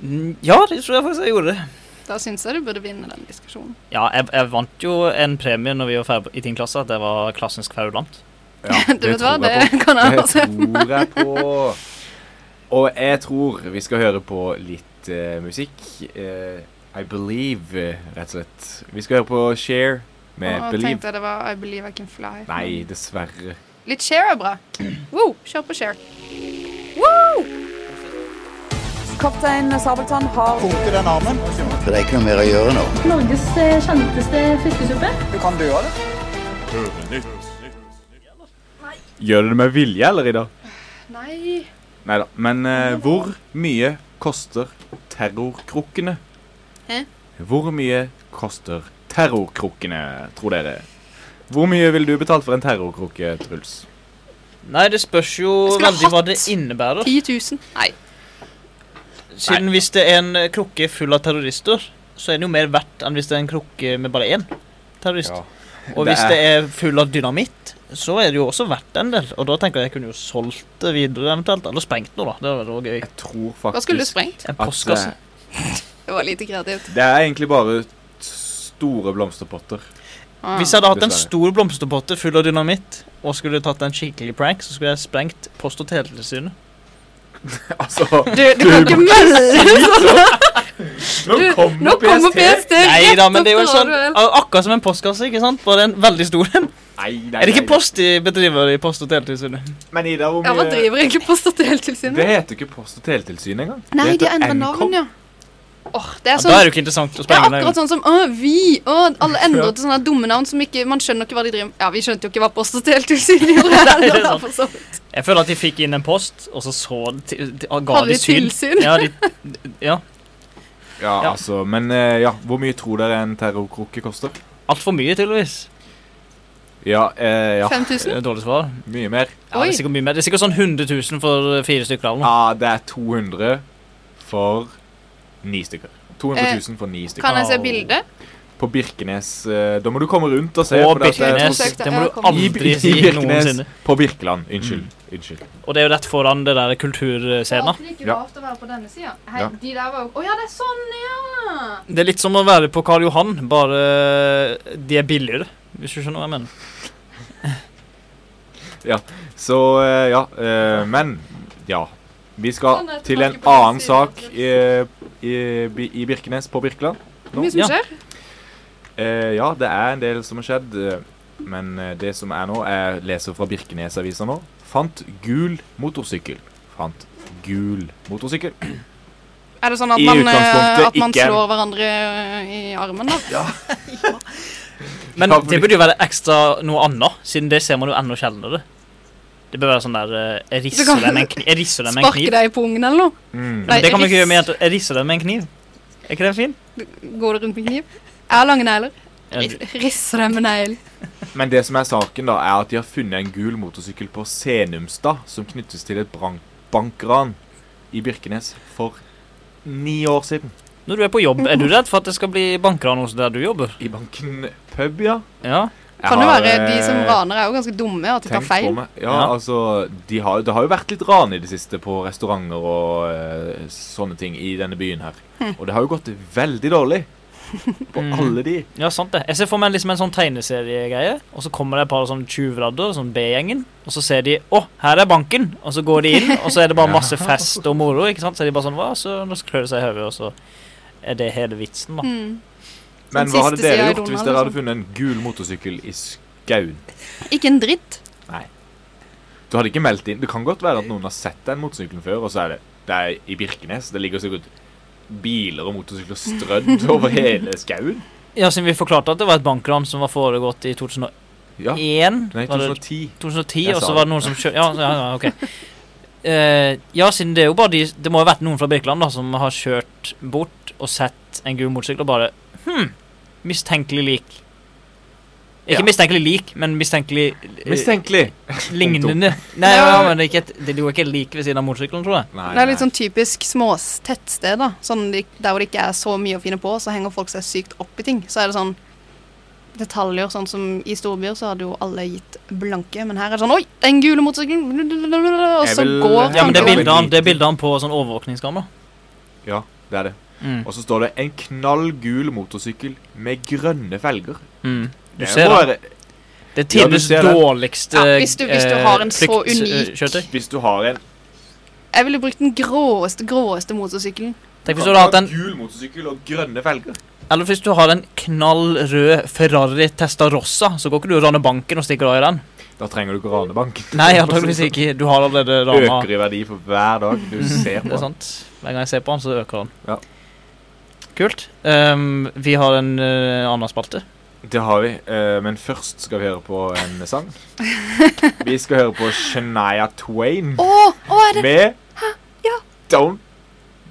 A: Eh, Ja, det tror jeg faktisk jeg gjorde.
B: Da syns jeg du burde vinne den diskusjonen.
A: Ja, jeg, jeg vant jo en premie når vi var ferdig i din klasse, at jeg var klassens kverulant.
C: Ja,
B: du vet hva,
C: tror
B: det
C: jeg på.
B: kan Altså, jeg
C: Det
B: også.
C: tror jeg på. Og jeg tror vi skal høre på litt eh, musikk. Eh, I Believe, eh, rett og slett. Vi skal høre på Share med
B: Nå tenkte
C: Believe.
B: jeg det var I Believe I Can Fly.
C: Nei, dessverre.
B: Litt share er bra. Wow, kjør på share. Wow!
E: Kaptein Sabeltann har
H: Punkt i den armen.
F: For det er ikke noe mer å gjøre nå.
G: Norges eh, kjenteste fiskesuppe.
H: Du kan dø av det.
C: Gjør du det med vilje, eller, Ida?
B: Nei
C: Nei da. Men eh, hvor mye koster terrorkrukkene?
B: Hæ?
C: Hvor mye koster terrorkrukkene, tror dere? Hvor mye ville du betalt for en terrorkrukke, Truls?
A: Nei, det spørs jo
B: Jeg skulle
A: veldig hva
B: hatt
A: det innebærer.
B: 10 000. Nei.
A: Siden hvis det er en eh, krukke full av terrorister, så er den jo mer verdt enn hvis det er en krukke med bare én terrorist. Og
C: Det
A: hvis det er full av dynamitt, så er det jo også verdt en del. Og da tenker jeg jeg kunne jo solgt det videre eventuelt, eller sprengt noe, da. Det hadde vært gøy.
C: Jeg tror
B: Hva skulle du
C: faktisk
B: sprengt?
A: En
C: at, eh,
A: postkasse.
B: Det var lite kreativt.
C: Det er egentlig bare t- store blomsterpotter.
B: Ah.
A: Hvis jeg hadde hatt en
C: Dessverre.
A: stor blomsterpotte full av dynamitt, og skulle tatt en skikkelig prank, så skulle jeg sprengt Post- og teletilsynet.
C: Altså,
B: Du, du kan ikke melde
C: nå
B: Du,
C: kommer
B: Nå kommer
C: PST!
B: PST
A: Nei
B: rett
A: da,
B: opp
A: men det er jo
B: fra
A: sånn,
B: duell.
A: ak- akkurat som en postkasse, ikke sant? Bare en veldig stor en.
C: Nei, nei,
A: Er det ikke
C: nei.
A: post de bedriver i Post- og teletilsynet?
C: Men Ida, hvor
B: Ja, Hva
C: mye
B: driver egentlig Post- og
C: Det
B: teletilsynet?
C: heter ikke Post- og teletilsynet engang.
B: Nei,
C: Det
B: de
C: heter
B: endrer
C: Nkom.
B: navn, ja. Åh, det er
A: Ja, da er
B: sånn
A: det jo ikke interessant å
B: det er
A: sprenge
B: akkurat
A: den.
B: sånn som å, vi å, Alle endrer til sånne dumme navn som ikke Man skjønner ikke hva de driver med. Ja, vi skjønte jo ikke hva Post- og teletilsynet gjorde.
A: det er
B: heller, da, sånn,
A: sant.
B: for så vidt.
A: Jeg føler at de fikk inn en post, og så så de, de, ga
B: Hadde
A: de
B: de
A: syn.
B: tilsyn?
A: Ja, de, ja.
C: Ja,
A: Ja.
C: altså, men eh, ja, hvor mye tror dere en terrorkrukke koster?
A: Altfor mye, tydeligvis.
C: Ja, eh, ja,
B: 5000?
A: Eh, Dårlig svar.
C: mye mer.
A: Ja, det,
B: Oi.
A: er sikkert mye mer. det er sikkert sånn 100 000 for eh, fire stykker av noe.
C: Ja, det er 200 for ni stykker. 200 000 for ni stykker.
B: Kan jeg se bildet?
C: På Birkenes eh, Da må du komme rundt og se.
A: Og
C: for det at det er-
A: Birkenes.
B: forsøkte-
A: Det må
B: ja,
A: du
B: kom.
C: I,
A: aldri si
C: I Birkenes.
A: noensinne.
C: På Birkeland. Unnskyld.
A: Mm.
C: Unnskyld.
A: Og det er jo rett foran det der kulturscena.
B: ikke
C: Ja.
B: å være på denne sida.
C: Hei, Ja.
B: de der var jo Å ja, det er sånn, ja!
A: Det er litt som å være på Karl Johan, bare eh, de er billigere. Hvis du skjønner hva jeg mener.
C: Så eh, ja, eh, men ja. Vi skal
B: Sånn er det
C: til en
B: tilbake på
C: annen
B: siden.
C: sak eh, i, Bi- i Birkenes, på Birkeland.
B: Mye som
A: Ja.
B: skjer.
C: Eh, ja, det er en del som har skjedd, eh, men eh, det som er nå, jeg leser fra Birkenes-avisa nå. fant gul motorsykkel. Fant gul motorsykkel.
B: Er det sånn at
C: I
B: man, eh,
C: utgangspunktet
B: at man
C: ikke.
B: slår hverandre eh, i armen, da?
A: Men
C: Kan-
A: det burde jo være ekstra noe annet, siden det ser man jo enda sjeldnere. Det bør være sånn der eh, Jeg
B: Du kan
A: risser deg med en kni- jeg risser deg med en
B: Sparke
A: kniv.
B: deg på ungen eller noe?
C: Mm.
A: Men det kan man ikke
B: riss.
A: gjøre med at jeg risser deg med en kniv. Er ikke det fin?
B: Går du rundt med kniv? Jeg har lange negler.
A: Ja, du-
B: Ris- Risser deg med negl.
C: Men det som er saken, da, er at de har funnet en gul motorsykkel på Senumstad som knyttes til et bran- bankran i Birkenes for ni år siden.
A: Når du er på jobb, er du redd for at det skal bli bankran hos der du jobber?
C: I banken pub, ja.
A: Ja.
C: Jeg
B: Kan jo
C: har,
B: være de som
C: eh,
B: raner, er jo ganske dumme, at de tar
C: tenkt på
B: feil.
C: meg. Ja,
A: Ja.
C: altså, de har, det har jo vært litt ran i det siste på restauranter og eh, sånne ting i denne byen her.
B: Hm.
C: Og det har jo gått veldig dårlig på
A: Mm.
C: alle de.
A: Ja, sant det. Jeg ser for meg liksom en sånn tegneseriegreie, og så kommer det et par sånn tjuvradder, sånn B-gjengen, og så ser de 'Å, her er banken', og så går de inn, og så er det bare masse fest og moro, ikke sant? Så er de bare sånn 'Hva?' Så nå klør det seg i hodet, og så er det hele vitsen, da.
B: Mm.
C: Men
B: Den
C: hva hadde
B: siste siden
C: dere
B: av
C: gjort
B: Donald,
C: hvis dere hadde
B: liksom.
C: funnet en gul motorsykkel i skauen?
B: Ikke en dritt.
C: Du hadde ikke meldt inn. Det kan godt være at noen har sett den motorsykkelen før, og så er det, det er i Birkenes. Det ligger sikkert biler og motorsykler strødd over hele skauen.
A: Ja, siden vi forklarte at det var et bankran som var foregått i 2001
C: Ja. Nei,
A: var det
C: 2010.
A: 2010,
C: Jeg
A: og
C: sa
A: så var det noen som kjørte Ja, ja, ja ok. Eh, ja, siden det er jo bare de Det må ha vært noen fra Birkeland da som har kjørt bort og sett en gul motorsykkel og bare Hm, mistenkelig lik. Ikke
C: Ja.
A: mistenkelig lik, men mistenkelig eh,
C: Mistenkelig.
A: lignende. Nei, ja, men det er, ikke et, det er jo ikke lik ved siden av motorsykkelen, tror jeg.
C: Nei,
B: Det er litt
C: nei.
B: sånn typisk småtettsted, da. Sånn de, der hvor det ikke er så mye å finne på, så henger folk seg sykt opp i ting. Så er det sånn detaljer, sånn som i storbyer, så hadde jo alle gitt blanke, men her er det sånn Oi, den gule motorsykkelen! Og
C: Jeg
B: så
C: vil-
B: går
A: Ja, men det er
C: Tanken-
A: bildet han, det er bildet han på sånn overvåkningskamera.
C: Ja, det er det.
A: Mm.
C: Og så står det en knallgul motorsykkel med grønne felger.
A: Mm. Du
C: Det
A: ser
C: må
A: det.
C: være- Ja,
A: Det er
C: du
A: tidenes
C: ser det.
A: dårligste
B: Ja, hvis du- hvis du har en så
A: flykt-
B: unik-
A: eh, kjøretøy.
C: Hvis du har en
B: Jeg ville brukt den gråeste, gråeste motorsykkelen.
A: Tenk hvis du hadde hatt en
C: gul motorsykkel og grønne felger
A: Eller hvis du har en knallrød Ferrari Testarossa, så går ikke du og raner banken og stikker av i den.
C: Da trenger du ikke ranebank.
A: Nei, antageligvis ikke. Du har allerede rana.
C: Øker i verdi for hver dag du ser på.
A: Det er sant. Hver gang jeg ser på han, så øker han.
C: Ja.
A: Kult. Ehm, vi har en eh, annen
C: den.
A: spalte.
C: Det har vi. eh, Men først skal vi høre på en sang. Vi skal høre på Shania Twain
B: Å, å, er det
C: med Don't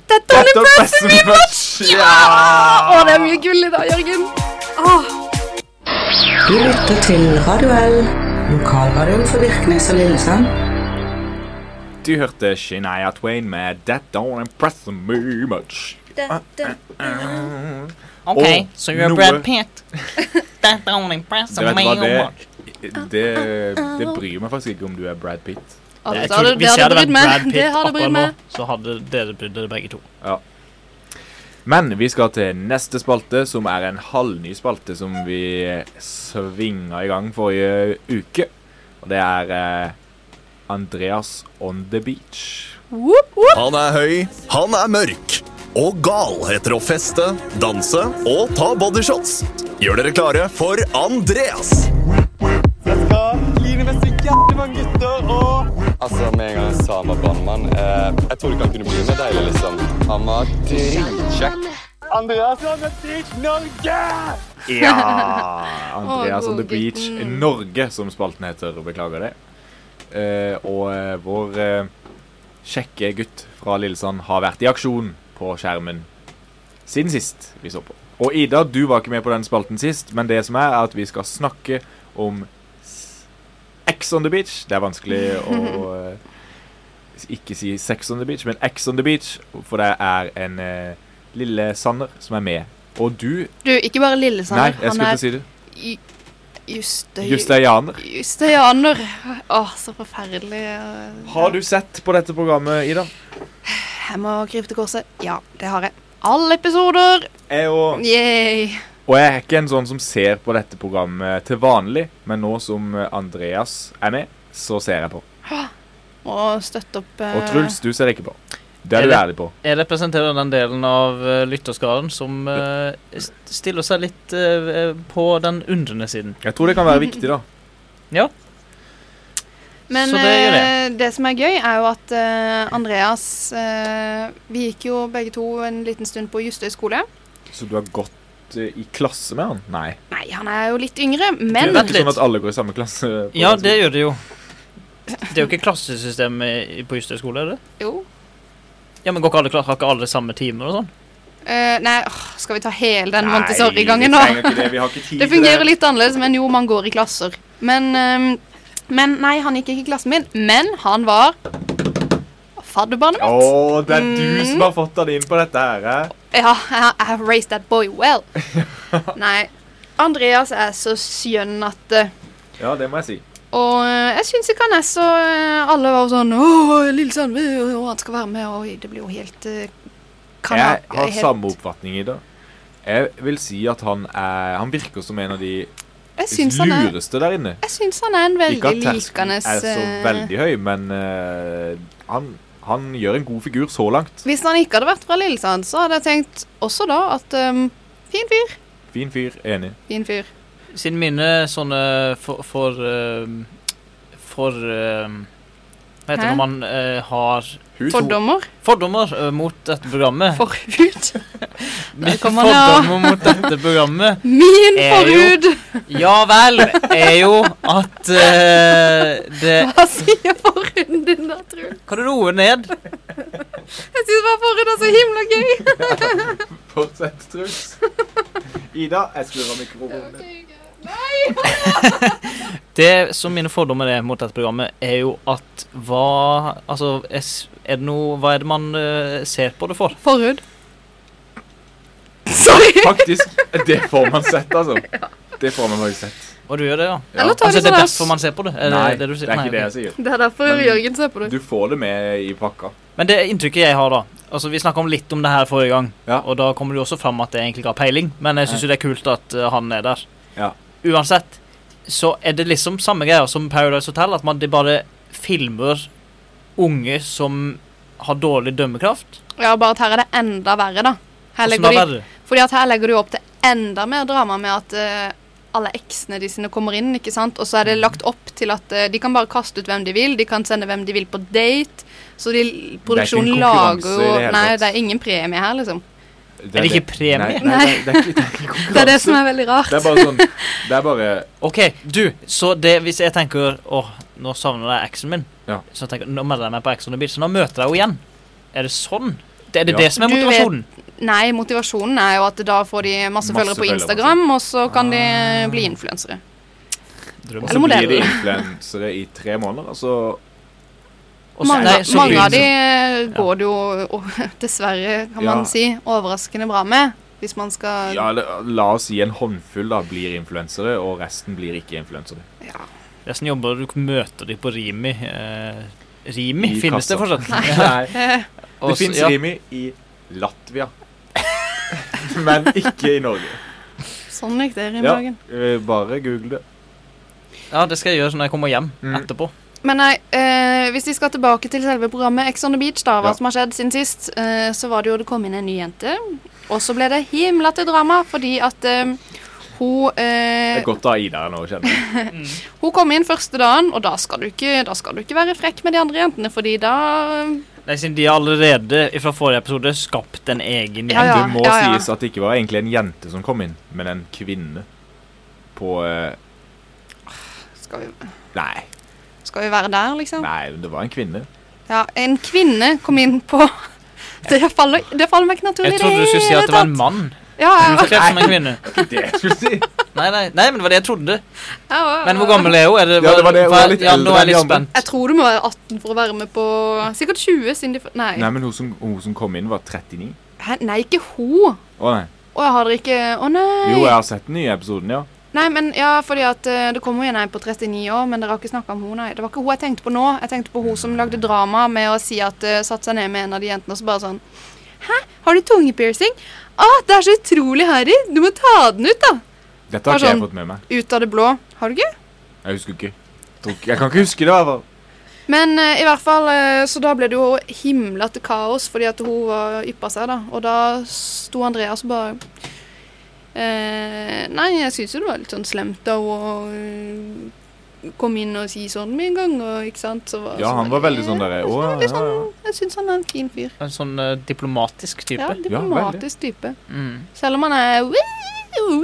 B: That
C: That
B: don't
C: Don't
B: impress
C: Press
B: me!
C: Me Much.
B: Å, det er mye gull i dag, Jørgen. Åh,
H: Du lytter til Radio L, lokalradioen for Virknes og Lillesand.
C: Du hørte Shania Twain med That Don't Impress Me Much.
A: OK,
C: Åh,
A: så so you're
C: noe-
A: Brad Pitt. That don't impress
C: Det, vet du
A: me
C: hva,
A: no more.
C: det, det, det bryr meg faktisk ikke om du er Brad Pitt.
B: altså,
A: Jeg
B: det
A: tror
B: har det,
A: hvis
B: det,
A: jeg
B: har det
A: hadde vært
B: brydd meg.
A: Brad Pitt
B: Det har det
A: akkurat
B: brydd
A: nå,
B: meg.
A: Så hadde dere brydd dere begge to.
C: Men vi skal til neste spalte, som er en halvny spalte som vi svinga i gang forrige uke. Og det er eh, Andreas on the beach.
B: Whoop, whoop.
I: Han er høy, han er mørk. Og gal heter å feste, danse og ta bodyshots. Gjør dere klare for Andreas.
J: Altså, med en gang jeg sa han var brannmann eh, Jeg trodde ikke han kunne bli mer deilig, liksom. Han var dritkjekk. Andreas, han er dritt Norge!
C: Ja! Andreas
B: Å,
C: on the
B: god
C: beach
B: gutten.
C: Norge, som spalten heter. Beklager det. Eh, og eh, vår eh, kjekke gutt fra Lillesand har vært i aksjon på skjermen siden sist vi så på. Og Ida, du var ikke med på den spalten sist, men det som er, er at vi skal snakke om s- X on the beach. Det er vanskelig å eh, ikke si Sex on the beach, men X on the beach, for det er en eh, lille Sander som er med. Og du
B: Du, ikke bare Lillesand.
C: Nei, jeg skulle
B: han er
C: ikke si det.
B: Ju- Justøy...
C: Justeianer.
B: Justøyaner. Åh, så forferdelig. eh,
C: Har du sett på dette programmet, Ida?
B: Jeg må krype til korset. Ja, det har jeg. Alle episoder!
C: Jeg og...
B: Yay!
C: og jeg er ikke en sånn som ser på dette programmet til vanlig, men nå som Andreas er med, så ser jeg på.
B: Må støtte opp eh,
C: Og Truls, du ser ikke på. Det
A: Er
C: er du
A: det-
C: ærlig på.
A: Jeg representerer den delen av eh, lytterskaren som eh, st- stiller seg litt eh, eh, på den undrende siden.
C: Jeg tror det kan være viktig, da.
B: Men
A: Så
B: det,
A: det gjør
B: det som er gøy, er jo at eh, Andreas eh, Vi gikk jo begge to en liten stund på Justøy skole.
C: Så du har gått eh, i klasse med han? Nei.
B: Nei, han er jo litt yngre,
C: Det
B: men
C: er ikke sånn at alle går i samme klasse? på
A: Ja,
C: den
A: det
C: skolen.
A: gjør det jo. Det er jo ikke klassesystem i- i- på Justøy skole, er det?
B: Jo.
A: Ja, men går ikke alle, kla- Har ikke alle samme timer og sånn?
B: Eh, Nei, åh, skal vi ta hele den
C: Nei,
B: Montessori-gangen
C: vi
B: nå?
C: trenger ikke det, vi har ikke tid
B: Det
C: til
B: fungerer litt annerledes, men jo, man går i klasser. Men, ehm, men nei, han gikk ikke i klassen min, men han var fadderbarnet
C: Å,
B: mitt.
C: det er du
B: Mm.
C: som har fått han inn på dette her. eh?
B: Ja, I, I have raised that boy well. Nei, Andreas er så skjønn at eh,
C: Ja, det må jeg si.
B: Og eh, jeg syns ikke han er så eh, Alle var jo sånn 'Å, Lille Sandby, å, han skal være med.' Og det blir jo helt eh, kan
C: Jeg har
B: helt-
C: samme oppfatning i det. Jeg vil si at han er Han virker som en av de
B: Jeg syns han er,
C: lureste der inne.
B: jeg syns han er en
C: Ikke
B: veldig
C: at terskelen
B: likende
C: er så
B: eh,
C: veldig høy, men eh, han, han gjør en god figur så langt.
B: Hvis han ikke hadde vært fra Lillesand, så hadde jeg tenkt også da at ehm, Fin fyr.
C: Fin fyr. Enig.
B: Fin fyr.
A: Siden mine sånne for For, ehm, for ehm, Hva heter
B: Hæ?
A: det når man eh, har
C: Hud.
B: Fordommer.
A: fordommer eh, mot dette programmet?
B: Forhud.
A: Mine
B: kommer det, ja.
A: fordommer mot dette programmet
B: Min
A: Er jo-
B: forhud!
A: Ja vel, er jo at eh, det
B: Hva sier forhuden din da, tror jeg?
A: Kan du roe ned?
B: Jeg syns bare forhud er så himla gøy.
C: Fortsett, Truls. Ida, jeg skrur av mikrofonen.
A: Det som mine fordommer er mot dette programmet, er jo at hva Altså, er s- er det noe Hva er det man eh, ser på det for?
B: Forhud. Sorry.
C: Faktisk, det får man sett, altså. Det får man faktisk sett.
A: Og du gjør det, ja?
C: Ja.
B: Eller tar
A: Altså,
B: du
A: det er
B: sånn
A: derfor man ser på det? Er det,
C: Nei,
A: det, du sier?
C: er
A: Nei,
C: ikke det
A: ok.
C: jeg sier.
B: Det er derfor
C: Men-
B: Jørgen ser på det.
C: Du får det med i pakka.
A: Men det inntrykket jeg har, da Altså, Vi snakka litt om det her forrige gang,
C: Ja.
A: og da kommer det jo også fram at jeg egentlig ikke har peiling, men jeg syns jo det er kult at eh, han er der.
C: Ja.
A: Uansett så er det liksom samme greia som Paradise Hotel, at man de bare filmer unge som har dårlig dømmekraft.
B: Ja, bare at her er det enda verre, da. Her
A: og som
B: legger
A: er
B: de,
A: Altså, verre.
B: fordi at her legger du opp til enda mer drama med at eh, alle eksene de sine kommer inn, ikke sant? Og så er det lagt opp til at eh, de kan bare kaste ut hvem de vil, de kan sende hvem de vil på date. Så de, produksjonen
C: konkurranse
B: lager
C: i det
B: jo
C: hele
B: Nei,
C: tatt.
B: det er ingen premie her, liksom.
A: Er det ikke premie?
C: Nei, nei, det, er, det, er ikke, det er ikke konkurranse.
B: Det er det som er veldig rart.
C: Det er bare sånn Det er bare
A: OK, du, så det hvis jeg tenker åh, nå savner jeg eksen min,
C: Ja.
A: så tenker jeg, nå melder jeg meg på Ex on the Beach, så nå møter jeg henne igjen. Er det sånn? Det, er
C: Ja.
A: det det som
B: Du
A: er
B: vet-
A: motivasjonen?
B: Nei, motivasjonen er jo at da får de masse,
C: Masse
B: følgere på
C: følgere,
B: Instagram, og så kan de bli influensere.
C: Og
A: Drøm.
B: Eller
C: så
B: modell.
C: blir de influensere i tre måneder, og så
A: Og så-
B: mange,
A: nei, så
B: mange
A: blir
B: av
A: det
B: de
A: sånn.
B: eh, går det jo og, dessverre, kan
C: Ja.
B: man si, overraskende bra med. Hvis man skal
C: Ja, la, la oss si en håndfull da blir influensere, og resten blir ikke influensere.
A: Det er sånn jobber du møter de på Rimi. Eh, Rimi
C: I
A: finnes
C: kassa.
A: det fortsatt?
C: Nei.
B: Eh,
C: Det
A: Og så-
C: fins
A: ja.
C: Rimi i Latvia, men ikke i Norge.
B: Sånn gikk det i
C: Ja,
B: magen.
C: eh, bare google det.
A: ja, det skal jeg gjøre når jeg kommer hjem
C: Mm.
A: etterpå.
B: Men nei, eh, hvis vi skal tilbake til selve programmet Ex on the Beach, da, hva
C: Ja.
B: som har skjedd siden sist, eh, så var det jo det kom inn en ny jente. Og så ble det himla til drama fordi at eh, hun
C: Det
B: eh,
C: er godt å ha Ida her nå, kjenner jeg.
B: Hun kom inn første dagen, og da skal du ikke, da skal du ikke være frekk med de andre jentene, fordi da
A: Nei, siden de har allerede fra forrige episode skapt en egen gjeng.
B: Ja, ja.
C: Det må
B: ja.
C: sies at det ikke var egentlig en jente som kom inn, men en kvinne på eh,
B: skal vi,
C: Nei,
B: skal vi være der, liksom?
C: nei, det var en kvinne.
B: Ja, en kvinne kom inn på Det faller, det faller meg ikke naturlig
A: Jeg trodde du skulle si at det var en mann.
B: Ja,
A: Hun
B: ja,
A: skrev som en kvinne.
C: Ikke det jeg skulle si.
A: Nei, nei, nei, men det var det jeg trodde.
B: ja, ja.
A: Men hvor gammel er hun? Er det,
C: Ja, det var det, hun
A: hva-
C: er litt
A: ja, nå
C: eldre enn
A: er jeg
C: de
A: litt
C: andre.
A: spent.
B: Jeg tror du må være 18 for å være med på Sikkert 20, siden de Nei.
C: Nei, men hun som, hun som kom inn, var 39.
B: Hæ? Nei, ikke hun.
C: Å nei.
B: Å, jeg har dere ikke Å, nei.
C: Jo, jeg har sett den nye episoden, ja.
B: Nei, men ja, fordi at eh, det kommer jo en her på 39 år, men dere har ikke snakka om hun, nei. Det var ikke hun jeg tenkte på nå. Jeg tenkte på hun som lagde drama med å si at uh, satte seg ned med en av de jentene og så bare sånn Hæ, har du tungepiercing? Å, det er så utrolig harry. Du må ta den ut, da.
C: Dette har
B: Det
C: ikke
B: var
C: jeg
B: sånn-
C: fått med meg.
B: Ut av det blå. Har du ikke?
C: Jeg husker ikke. Tror ikke- Jeg kan ikke huske det, i hvert fall.
B: Men eh, i hvert fall, eh, så da ble det jo himla til kaos, fordi at hun var yppa seg, da. Og da sto Andreas og bare eh, Nei, jeg syns jo det var litt sånn slemt av å eh, kom inn og si sånn med en gang, og ikke sant. Så var,
C: Ja,
B: så
C: han var veldig sånn der Å, ja, ja, ja.
B: Jeg syns han er en fin fyr.
A: En sånn eh, diplomatisk type.
B: Ja, diplomatisk type.
A: Mm.
B: Selv om han er «Woo,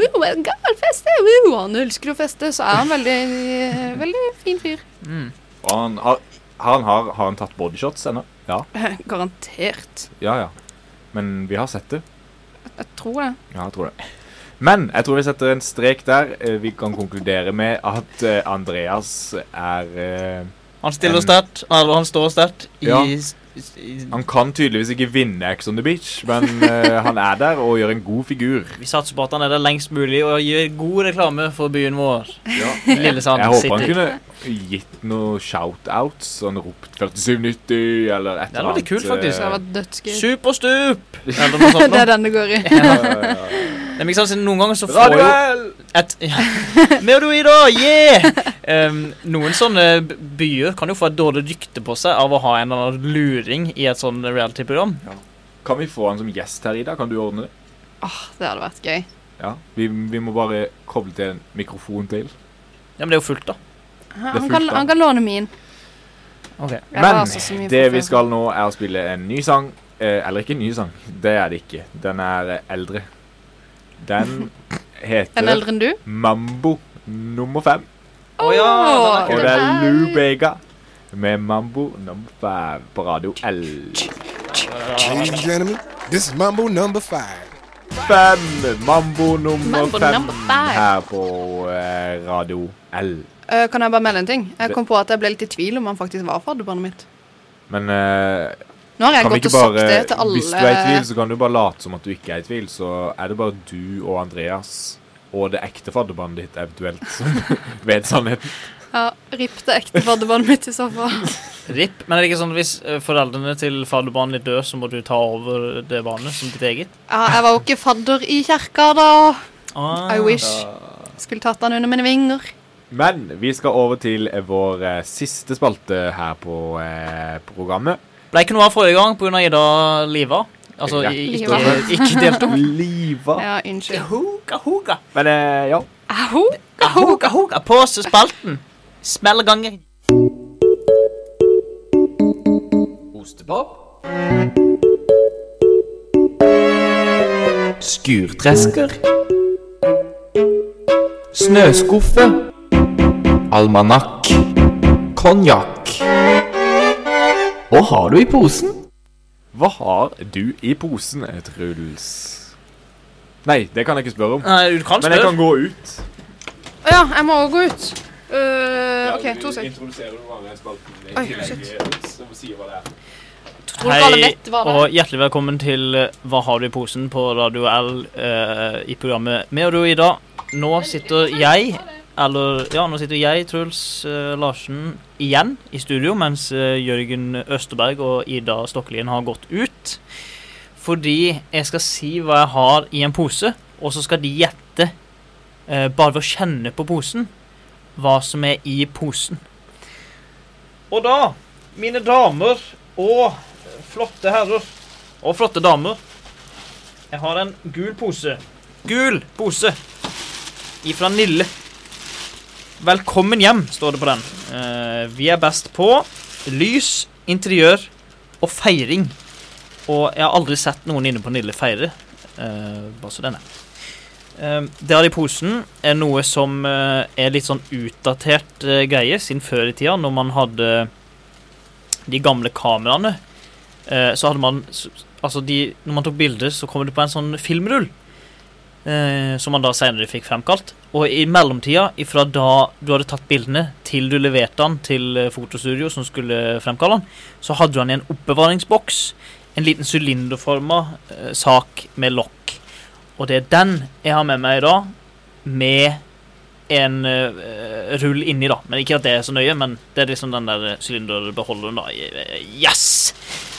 B: woo, en gammel feste, woo», han elsker å feste, så er han veldig, eh, veldig fin fyr.
A: mm.
C: Og han har, han har, har han tatt bodyshots ennå? Ja.
B: Garantert.
C: Ja, ja. Men vi har sett det.
B: Jeg tror det.
C: Ja, jeg tror det. Men jeg tror vi setter en strek der. Eh, Vi kan konkludere med at eh, Andreas er eh,
A: Han stiller
C: En-
A: sterkt, eller han står sterkt, i,
C: Ja.
A: s- i
C: Han kan tydeligvis ikke vinne Ex on the Beach, men eh, han er der og gjør en god figur.
A: Vi satser på at han er der lengst mulig og gir god reklame for byen vår. Lillesand
C: Jeg håper han
A: City.
C: kunne gitt noen shout-outs, sånn ropt 4790 eller et
A: Det hadde
C: eller
A: vært
C: annet.
A: kult, faktisk.
B: Det
C: eh,
B: var dødsgøy.
A: Superstup! Eller noe sånt.
B: Det
A: nå.
B: er den det går i.
A: Det er ikke sant, siden Noen ganger så får jo
C: Radioel!
A: et ja. Med og du i dag, yeah! Em, noen sånne b- byer kan jo få et dårlig rykte på seg av å ha en eller annen luring i et sånn reality-program.
C: Kan vi få han som gjest her, Ida? Kan du ordne det?
B: Åh, det hadde vært gøy.
C: Ja. Vi, vi må bare koble til en mikrofon til.
A: Ja, men det er jo fullt, da.
B: Han
C: fullt
B: kan,
C: av.
B: han kan låne min.
A: Ok.
B: Jeg
C: Men
B: har altså så mye
C: Det
B: fra
C: vi
B: før.
C: skal nå, er å spille en ny sang. Eh, eller ikke en ny sang. Det er det ikke. Den er eh, eldre. Den
B: En
C: heter
B: eldre enn du?
C: Mambo nummer fem.
A: Å ja!
B: Åh,
C: Og det
A: den er kul.
C: er
B: Den er-
C: Lou Bega med Mambo nummer fem på Radio L.
K: Ladies and gentlemen, this is Mambo number five.
C: Fem! Mambo nummer
B: Mambo
C: fem
B: number five.
C: her på eh, Radio L.
B: Øh, kan jeg bare melde en ting? Jeg
C: Det-
B: kom på at jeg ble litt i tvil om han faktisk var fadderbarnet mitt.
C: Men eh,
B: Nå har jeg
C: kan vi
B: gått
C: ikke
B: og sagt det til
C: bare
B: alle
C: Hvis du er i tvil, så kan du bare late som at du ikke er i tvil. Så er det bare du og Andreas og det ekte fadderbarnet ditt eventuelt som vet sannheten.
B: Ja, Ripp det ekte fadderbarnet mitt i så fall.
A: Ripp. Men er det ikke sånn at hvis eh, foreldrene til fadderbarnet ditt dør, så må du ta over det barnet som ditt eget?
B: Ja, jeg var jo ikke fadder i kirka da.
A: Ah.
B: I wish. Skulle tatt han under mine vinger.
C: Men vi skal over til eh, vår eh, siste spalte her på eh, programmet.
A: Ble ikke noe av forrige gang pga. Ida Liva. Altså
C: Ja.
A: i- ikke,
B: Liva.
A: ikke deltok.
C: Liva.
B: Ja, unnskyld.
A: Hoga, hoga,
C: Men eh, ja.
B: Au!
A: hoga, hoga. På spalten. Smelleganger.
L: Ostepop. Skurtresker. Snøskuffe. Almanakk. Konjakk. Hva har du i posen?
C: Hva har du i posen, Truls? Nei, det kan jeg ikke spørre om.
A: Nei, du kan
C: Men jeg
A: spørre.
C: kan gå ut.
B: Å ja, jeg må også gå ut. Øh, OK, to sek.
C: Introduserer du bare spalten?
B: Oi, shit.
C: Som sier hva det er.
B: Tror ikke alle vet hva det er.
A: og hjertelig velkommen til eh, Hva har du i posen på Radio L eh, i programmet Med og du, Ida. Nå sitter jeg, eller ja, nå sitter jeg, Truls eh, Larsen, igjen i studio, mens eh, Jørgen Østerberg og Ida Stokkelien har gått ut. Fordi jeg skal si hva jeg har i en pose, og så skal de gjette, eh, bare ved å kjenne på posen, hva som er i posen. Og da, mine damer og flotte herrer og flotte damer. Jeg har en gul pose. Gul pose ifra Nille. Velkommen hjem, står det på den. Eh, vi er best på lys, interiør og feiring. Og jeg har aldri sett noen inne på Nille feire. Eh, bare så den er. Eh, det her i posen er noe som eh, er litt sånn utdatert eh, greie siden før i tida, når man hadde de gamle kameraene. Eh, så hadde man s- Altså, de, når man tok bilder, så kom det på en sånn filmrull. Eh, som man da senere fikk fremkalt. Og i mellomtida, ifra da du hadde tatt bildene, til du leverte den til eh, fotostudio som skulle fremkalle den, så hadde du den i en oppbevaringsboks. En liten sylinderforma eh, sak med lokk. Og det er den jeg har med meg i dag, med en eh, rull inni, da. Men ikke at det er så nøye, men det er liksom den der eh, sylinderbeholderen, da. Eh, Yes!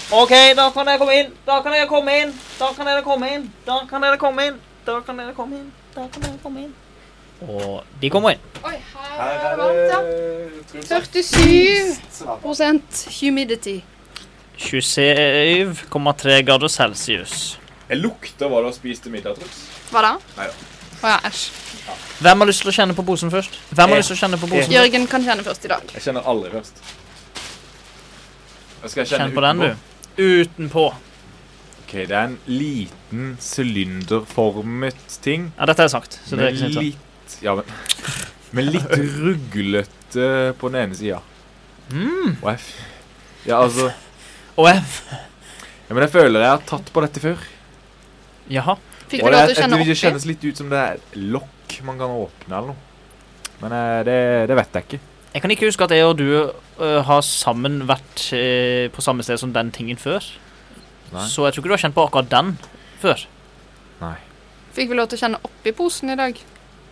A: OK, da kan dere komme inn. Da kan dere komme inn. Da kan dere komme inn. Da kan dere komme inn. Da kan dere komme inn. Da kan dere komme inn. Og de kommer inn.
B: Oi, her er det varmt, ja. 47 humidity.
A: 27,3 grader celsius.
C: Jeg lukter hva du har spist til middag, Truls.
B: Hva da?
C: Nei da.
B: Å ja, æsj.
A: Hvem har lyst til å kjenne på posen først? Hvem har lyst til å kjenne på posen?
B: Jørgen kan kjenne først i dag.
C: Jeg kjenner aldri først. Jeg skal kjenne
A: Kjenn på den, du. Utenpå.
C: OK, det er en liten sylinderformet ting.
A: Ja, dette er sagt, så det er
C: Med
A: ikke så interessant.
C: litt, ja, men, Med litt ruglete på den ene sida.
A: Mm.
C: Og jeg f... Ja, altså
A: Og jeg f...
C: Ja, men jeg føler jeg har tatt på dette før.
A: Jaha.
B: Fikk
C: Og
B: du lov til
C: det-
B: å kjenne
C: det- Det
B: oppi?
C: kjennes litt ut som det er et lokk man kan åpne eller noe. Men eh, det, det vet jeg ikke.
A: Jeg kan ikke huske at jeg og du øh, har sammen vært øh, på samme sted som den tingen før.
C: Nei.
A: Så jeg tror ikke du har kjent på akkurat den før.
B: Fikk vi lov til å kjenne oppi posen i dag?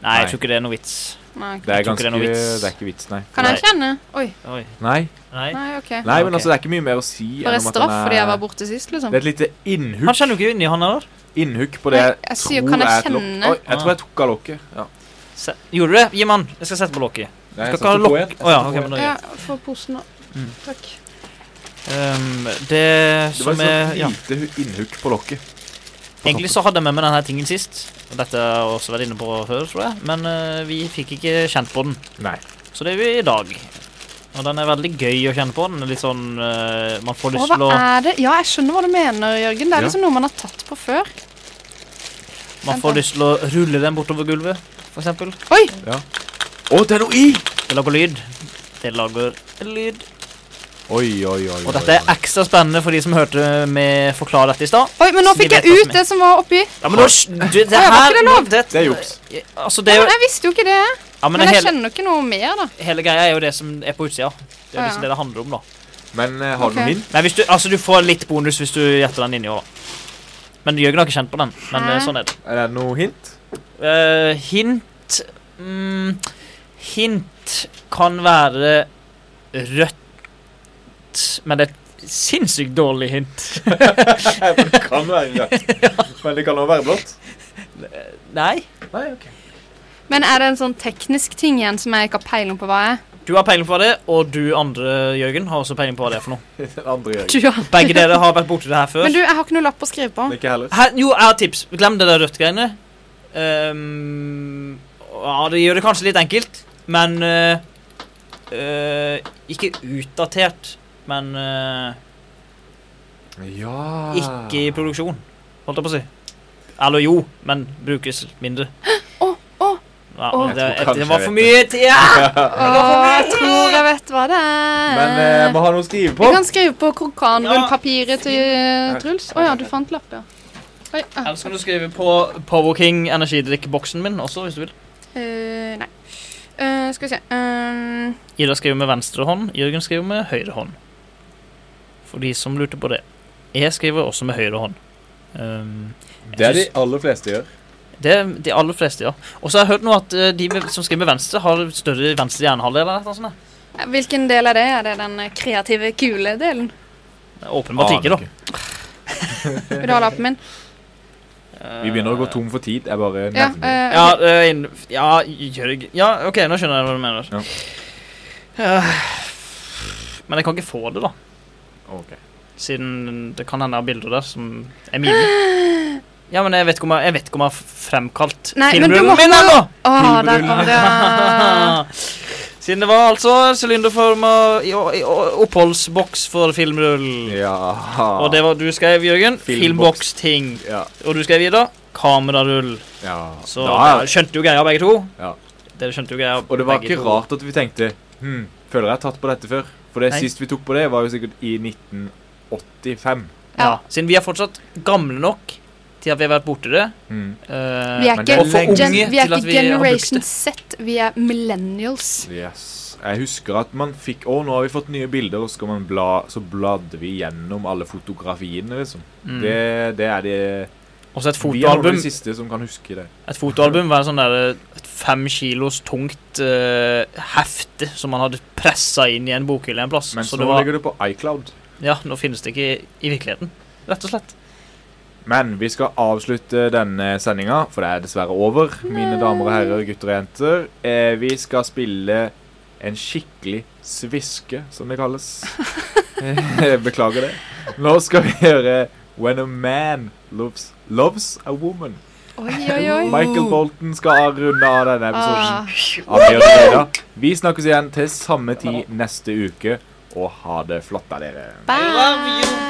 A: Nei, jeg tror ikke det er noe vits.
B: Nei.
C: Det er
A: Jeg tror ikke
C: ganske
A: det er noe vits.
C: Det er ikke vits, nei.
B: Kan jeg kjenne? Oi.
A: Oi.
C: Nei.
A: Nei.
B: Nei, OK.
C: Nei, men altså, det er ikke mye mer å si. enn
B: Bare
C: om at den
B: straff
C: er-
B: fordi jeg var borte sist, liksom.
C: Det er et lite innhugg.
A: Han kjenner jo ikke inni han heller.
C: Innhugg på det
B: Nei,
C: jeg,
B: jeg
C: tror
B: sier, kan jeg
C: er et lokk.
B: kjenne?
C: Oi, jeg tror jeg tok av lokket. Ja.
A: Se. Gjorde du det? Gi meg den. Jeg skal sette på lokket. Du
C: Nei,
A: skal
C: jeg
A: ikke ha
C: satte på
A: lokk
C: igjen. Jeg
A: Å ja,
C: satte
A: ok,
C: på
A: men da
B: Ja,
A: gjør jeg.
B: få posen nå.
A: Mm.
B: Takk.
A: Ehm, det
C: Det var
A: som
C: et sånt
A: er ja.
C: lite hu- innhugg på lokket. På
A: Egentlig så hadde jeg med meg denne tingen sist. Og dette har jeg også vært inne på før, tror jeg. Men øh, vi fikk ikke kjent på den.
C: Nei.
A: Så det er vi i dag. Og den er veldig gøy å kjenne på. Den er litt sånn øh, Man får
B: Å,
A: lyst
B: hva
A: til å
B: er det? Ja, jeg skjønner hva du mener, Jørgen. Det
A: Ja.
B: er liksom noe man har tatt på før.
A: Man får lyst til å rulle den bortover gulvet, for eksempel.
B: Oi!
C: Ja. Å, det er noe i!
A: Det lager lyd. Det lager lyd.
C: Oi, oi, oi.
A: Og dette er ekstra spennende for de som hørte meg forklare dette i stad.
B: Oi, men nå
A: Så de
B: fikk
A: vet
B: jeg
A: hva som
B: ut det som var oppi.
A: Ja, men nå sk- du, det
B: Å, ja, var
A: her
B: ikke det lov?
A: Det,
C: Det er juks.
A: Altså, det
B: Ja,
A: er
B: men
A: jo
B: jeg visste jo ikke det.
A: Ja, men
B: Men jeg
A: hele,
B: kjenner jo ikke noe mer, da.
A: hele greia er jo det som er på utsida. Det
B: Å,
A: er
B: ja.
A: liksom det det handler om, da.
C: Men eh, har du noe
B: Ok.
C: hint?
A: Nei, hvis du, altså, du får litt bonus hvis du gjetter den inni år, da. Men Jørgen har ikke kjent på den. Men eh,
B: Hæ?
A: sånn er det.
C: Er det noe hint?
A: Eh, hint mm, Hint kan være rødt Men det er et sinnssykt dårlig hint.
C: det kan være rødt. Men det kan også være blått.
A: Nei.
C: Nei, ok.
B: Men er det en sånn teknisk ting igjen som jeg ikke har peiling på hva er?
A: Du har peiling på hva det, er, og du andre, Jørgen, har også peiling på hva det er for noe.
C: Den andre gjør
B: Du
C: jeg ikke.
B: har-
A: Begge dere har vært borti det her før.
B: Men du, jeg har ikke noe lapp å skrive på.
C: Ikke heller.
A: Her, jo, jeg har tips. Glem det der rødt-greiene. Ehm, ja, det gjør det kanskje litt enkelt, men eh, eh, Ikke utdatert, men eh,
C: Ja.
A: ikke
C: Ah.
A: i produksjon, holdt jeg på å si. Eller jo, men brukes mindre.
B: Å, å,
A: Ja,
B: å.
C: Jeg tror
A: det, det
C: kanskje
A: var
C: jeg
A: for mye
C: vet
A: tid! Ja!
B: Åh, jeg tror jeg vet hva det
C: Men eh,
B: er.
C: må ha noe å skrive
B: Vi
C: på.
B: kan skrive på krokanrullpapiret til eh, Truls. Å ja, du fant lapp, ja. Oi, ah,
A: Ellers kan du skrive på Power King energidrikkboksen min også, hvis du vil.
B: eh, nei. Eh, skal vi se um,
A: Ida skriver med venstre hånd, Jørgen skriver med høyre hånd. For de som lurte på det. Jeg skriver også med høyre hånd. Um,
C: Det er de aller fleste gjør.
A: det er de aller fleste, ja. Og så har jeg hørt nå at eh, de med- som skriver med venstre, har større venstre hjernehalvdel. eller noe sånt. da.
B: Hvilken del er det? Er det den eh, kreative, kule delen?
A: Åpenbart ikke,
C: Ah,
A: da.
B: Vil du ha lappen min?
C: Vi begynner å gå tom for tid. Jeg bare
B: Ja,
C: nevner det.
B: eh,
A: Ja, eh, inn- ja, Jørg Ja, OK, nå skjønner jeg hva du mener.
C: Ja.
A: Eh, men jeg kan ikke få det, da.
B: eh.
C: Ok.
A: Siden det kan hende jeg har bilder der som er mine. Ja, men jeg vet ikke om jeg, jeg, vet ikke om jeg har fremkalt
B: Nei, men du
A: filmrullen
B: må
A: min
B: ha- Ah.
A: ennå!
B: Åh, der kom det. ja.
A: Siden det var altså sylinderforma i- i- i- oppholdsboks for filmrull.
C: Ja.
A: Og det var du skrev, Jørgen.
C: Filmboks.
A: Filmboksting.
C: Ja.
A: Og du skrev, Ida, kamerarull.
C: ja.
A: Så
C: Da-
A: dere skjønte jo greia, begge to.
C: Ja.
A: Dere skjønte jo greia,
C: Og det var
A: begge
C: ikke
A: to.
C: rart at vi tenkte Hm, føler jeg har tatt på dette før. For det
A: Nei.
C: sist vi tok på det, var jo sikkert i 1985.
A: Ja. Siden vi er fortsatt gamle nok til at vi har vært borti det.
C: Mm.
A: eh,
B: Vi er
C: Men
B: ikke,
C: det er lenge
B: gen, vi er
A: til at
B: ikke
A: vi har brukt
B: Generation
A: det.
B: Z, vi er millennials.
C: Yes. Jeg husker at man fikk Å, nå har vi fått nye bilder, og så, skal man bla, så bladde vi gjennom alle fotografiene, liksom.
A: Mm.
C: Det, det er det
A: Også et
C: Vi er noen av
A: fotoalbum.
C: de siste som kan huske det.
A: Et fotoalbum var en sånn der, et fem kilos tungt eh, hefte som man hadde pressa inn i en bokhylle en plass.
C: Mens
A: så
C: nå
A: det var,
C: ligger det på iCloud.
A: ja, nå finnes det ikke i, i virkeligheten, rett og slett.
C: Men vi skal avslutte denne sendinga, for det er dessverre over. Mine damer og herrer, gutter og jenter. Eh, vi skal spille en skikkelig sviske, som det kalles. Eh, Beklager det. Nå skal vi høre When a man loves, loves a woman
B: Oi, oi, oi.
C: Michael Bolton skal runde av denne episoden.
B: Ah.
C: av Bjørn og Reidar. Vi snakkes igjen til samme tid neste uke, og ha det flotta, dere.
B: Bye.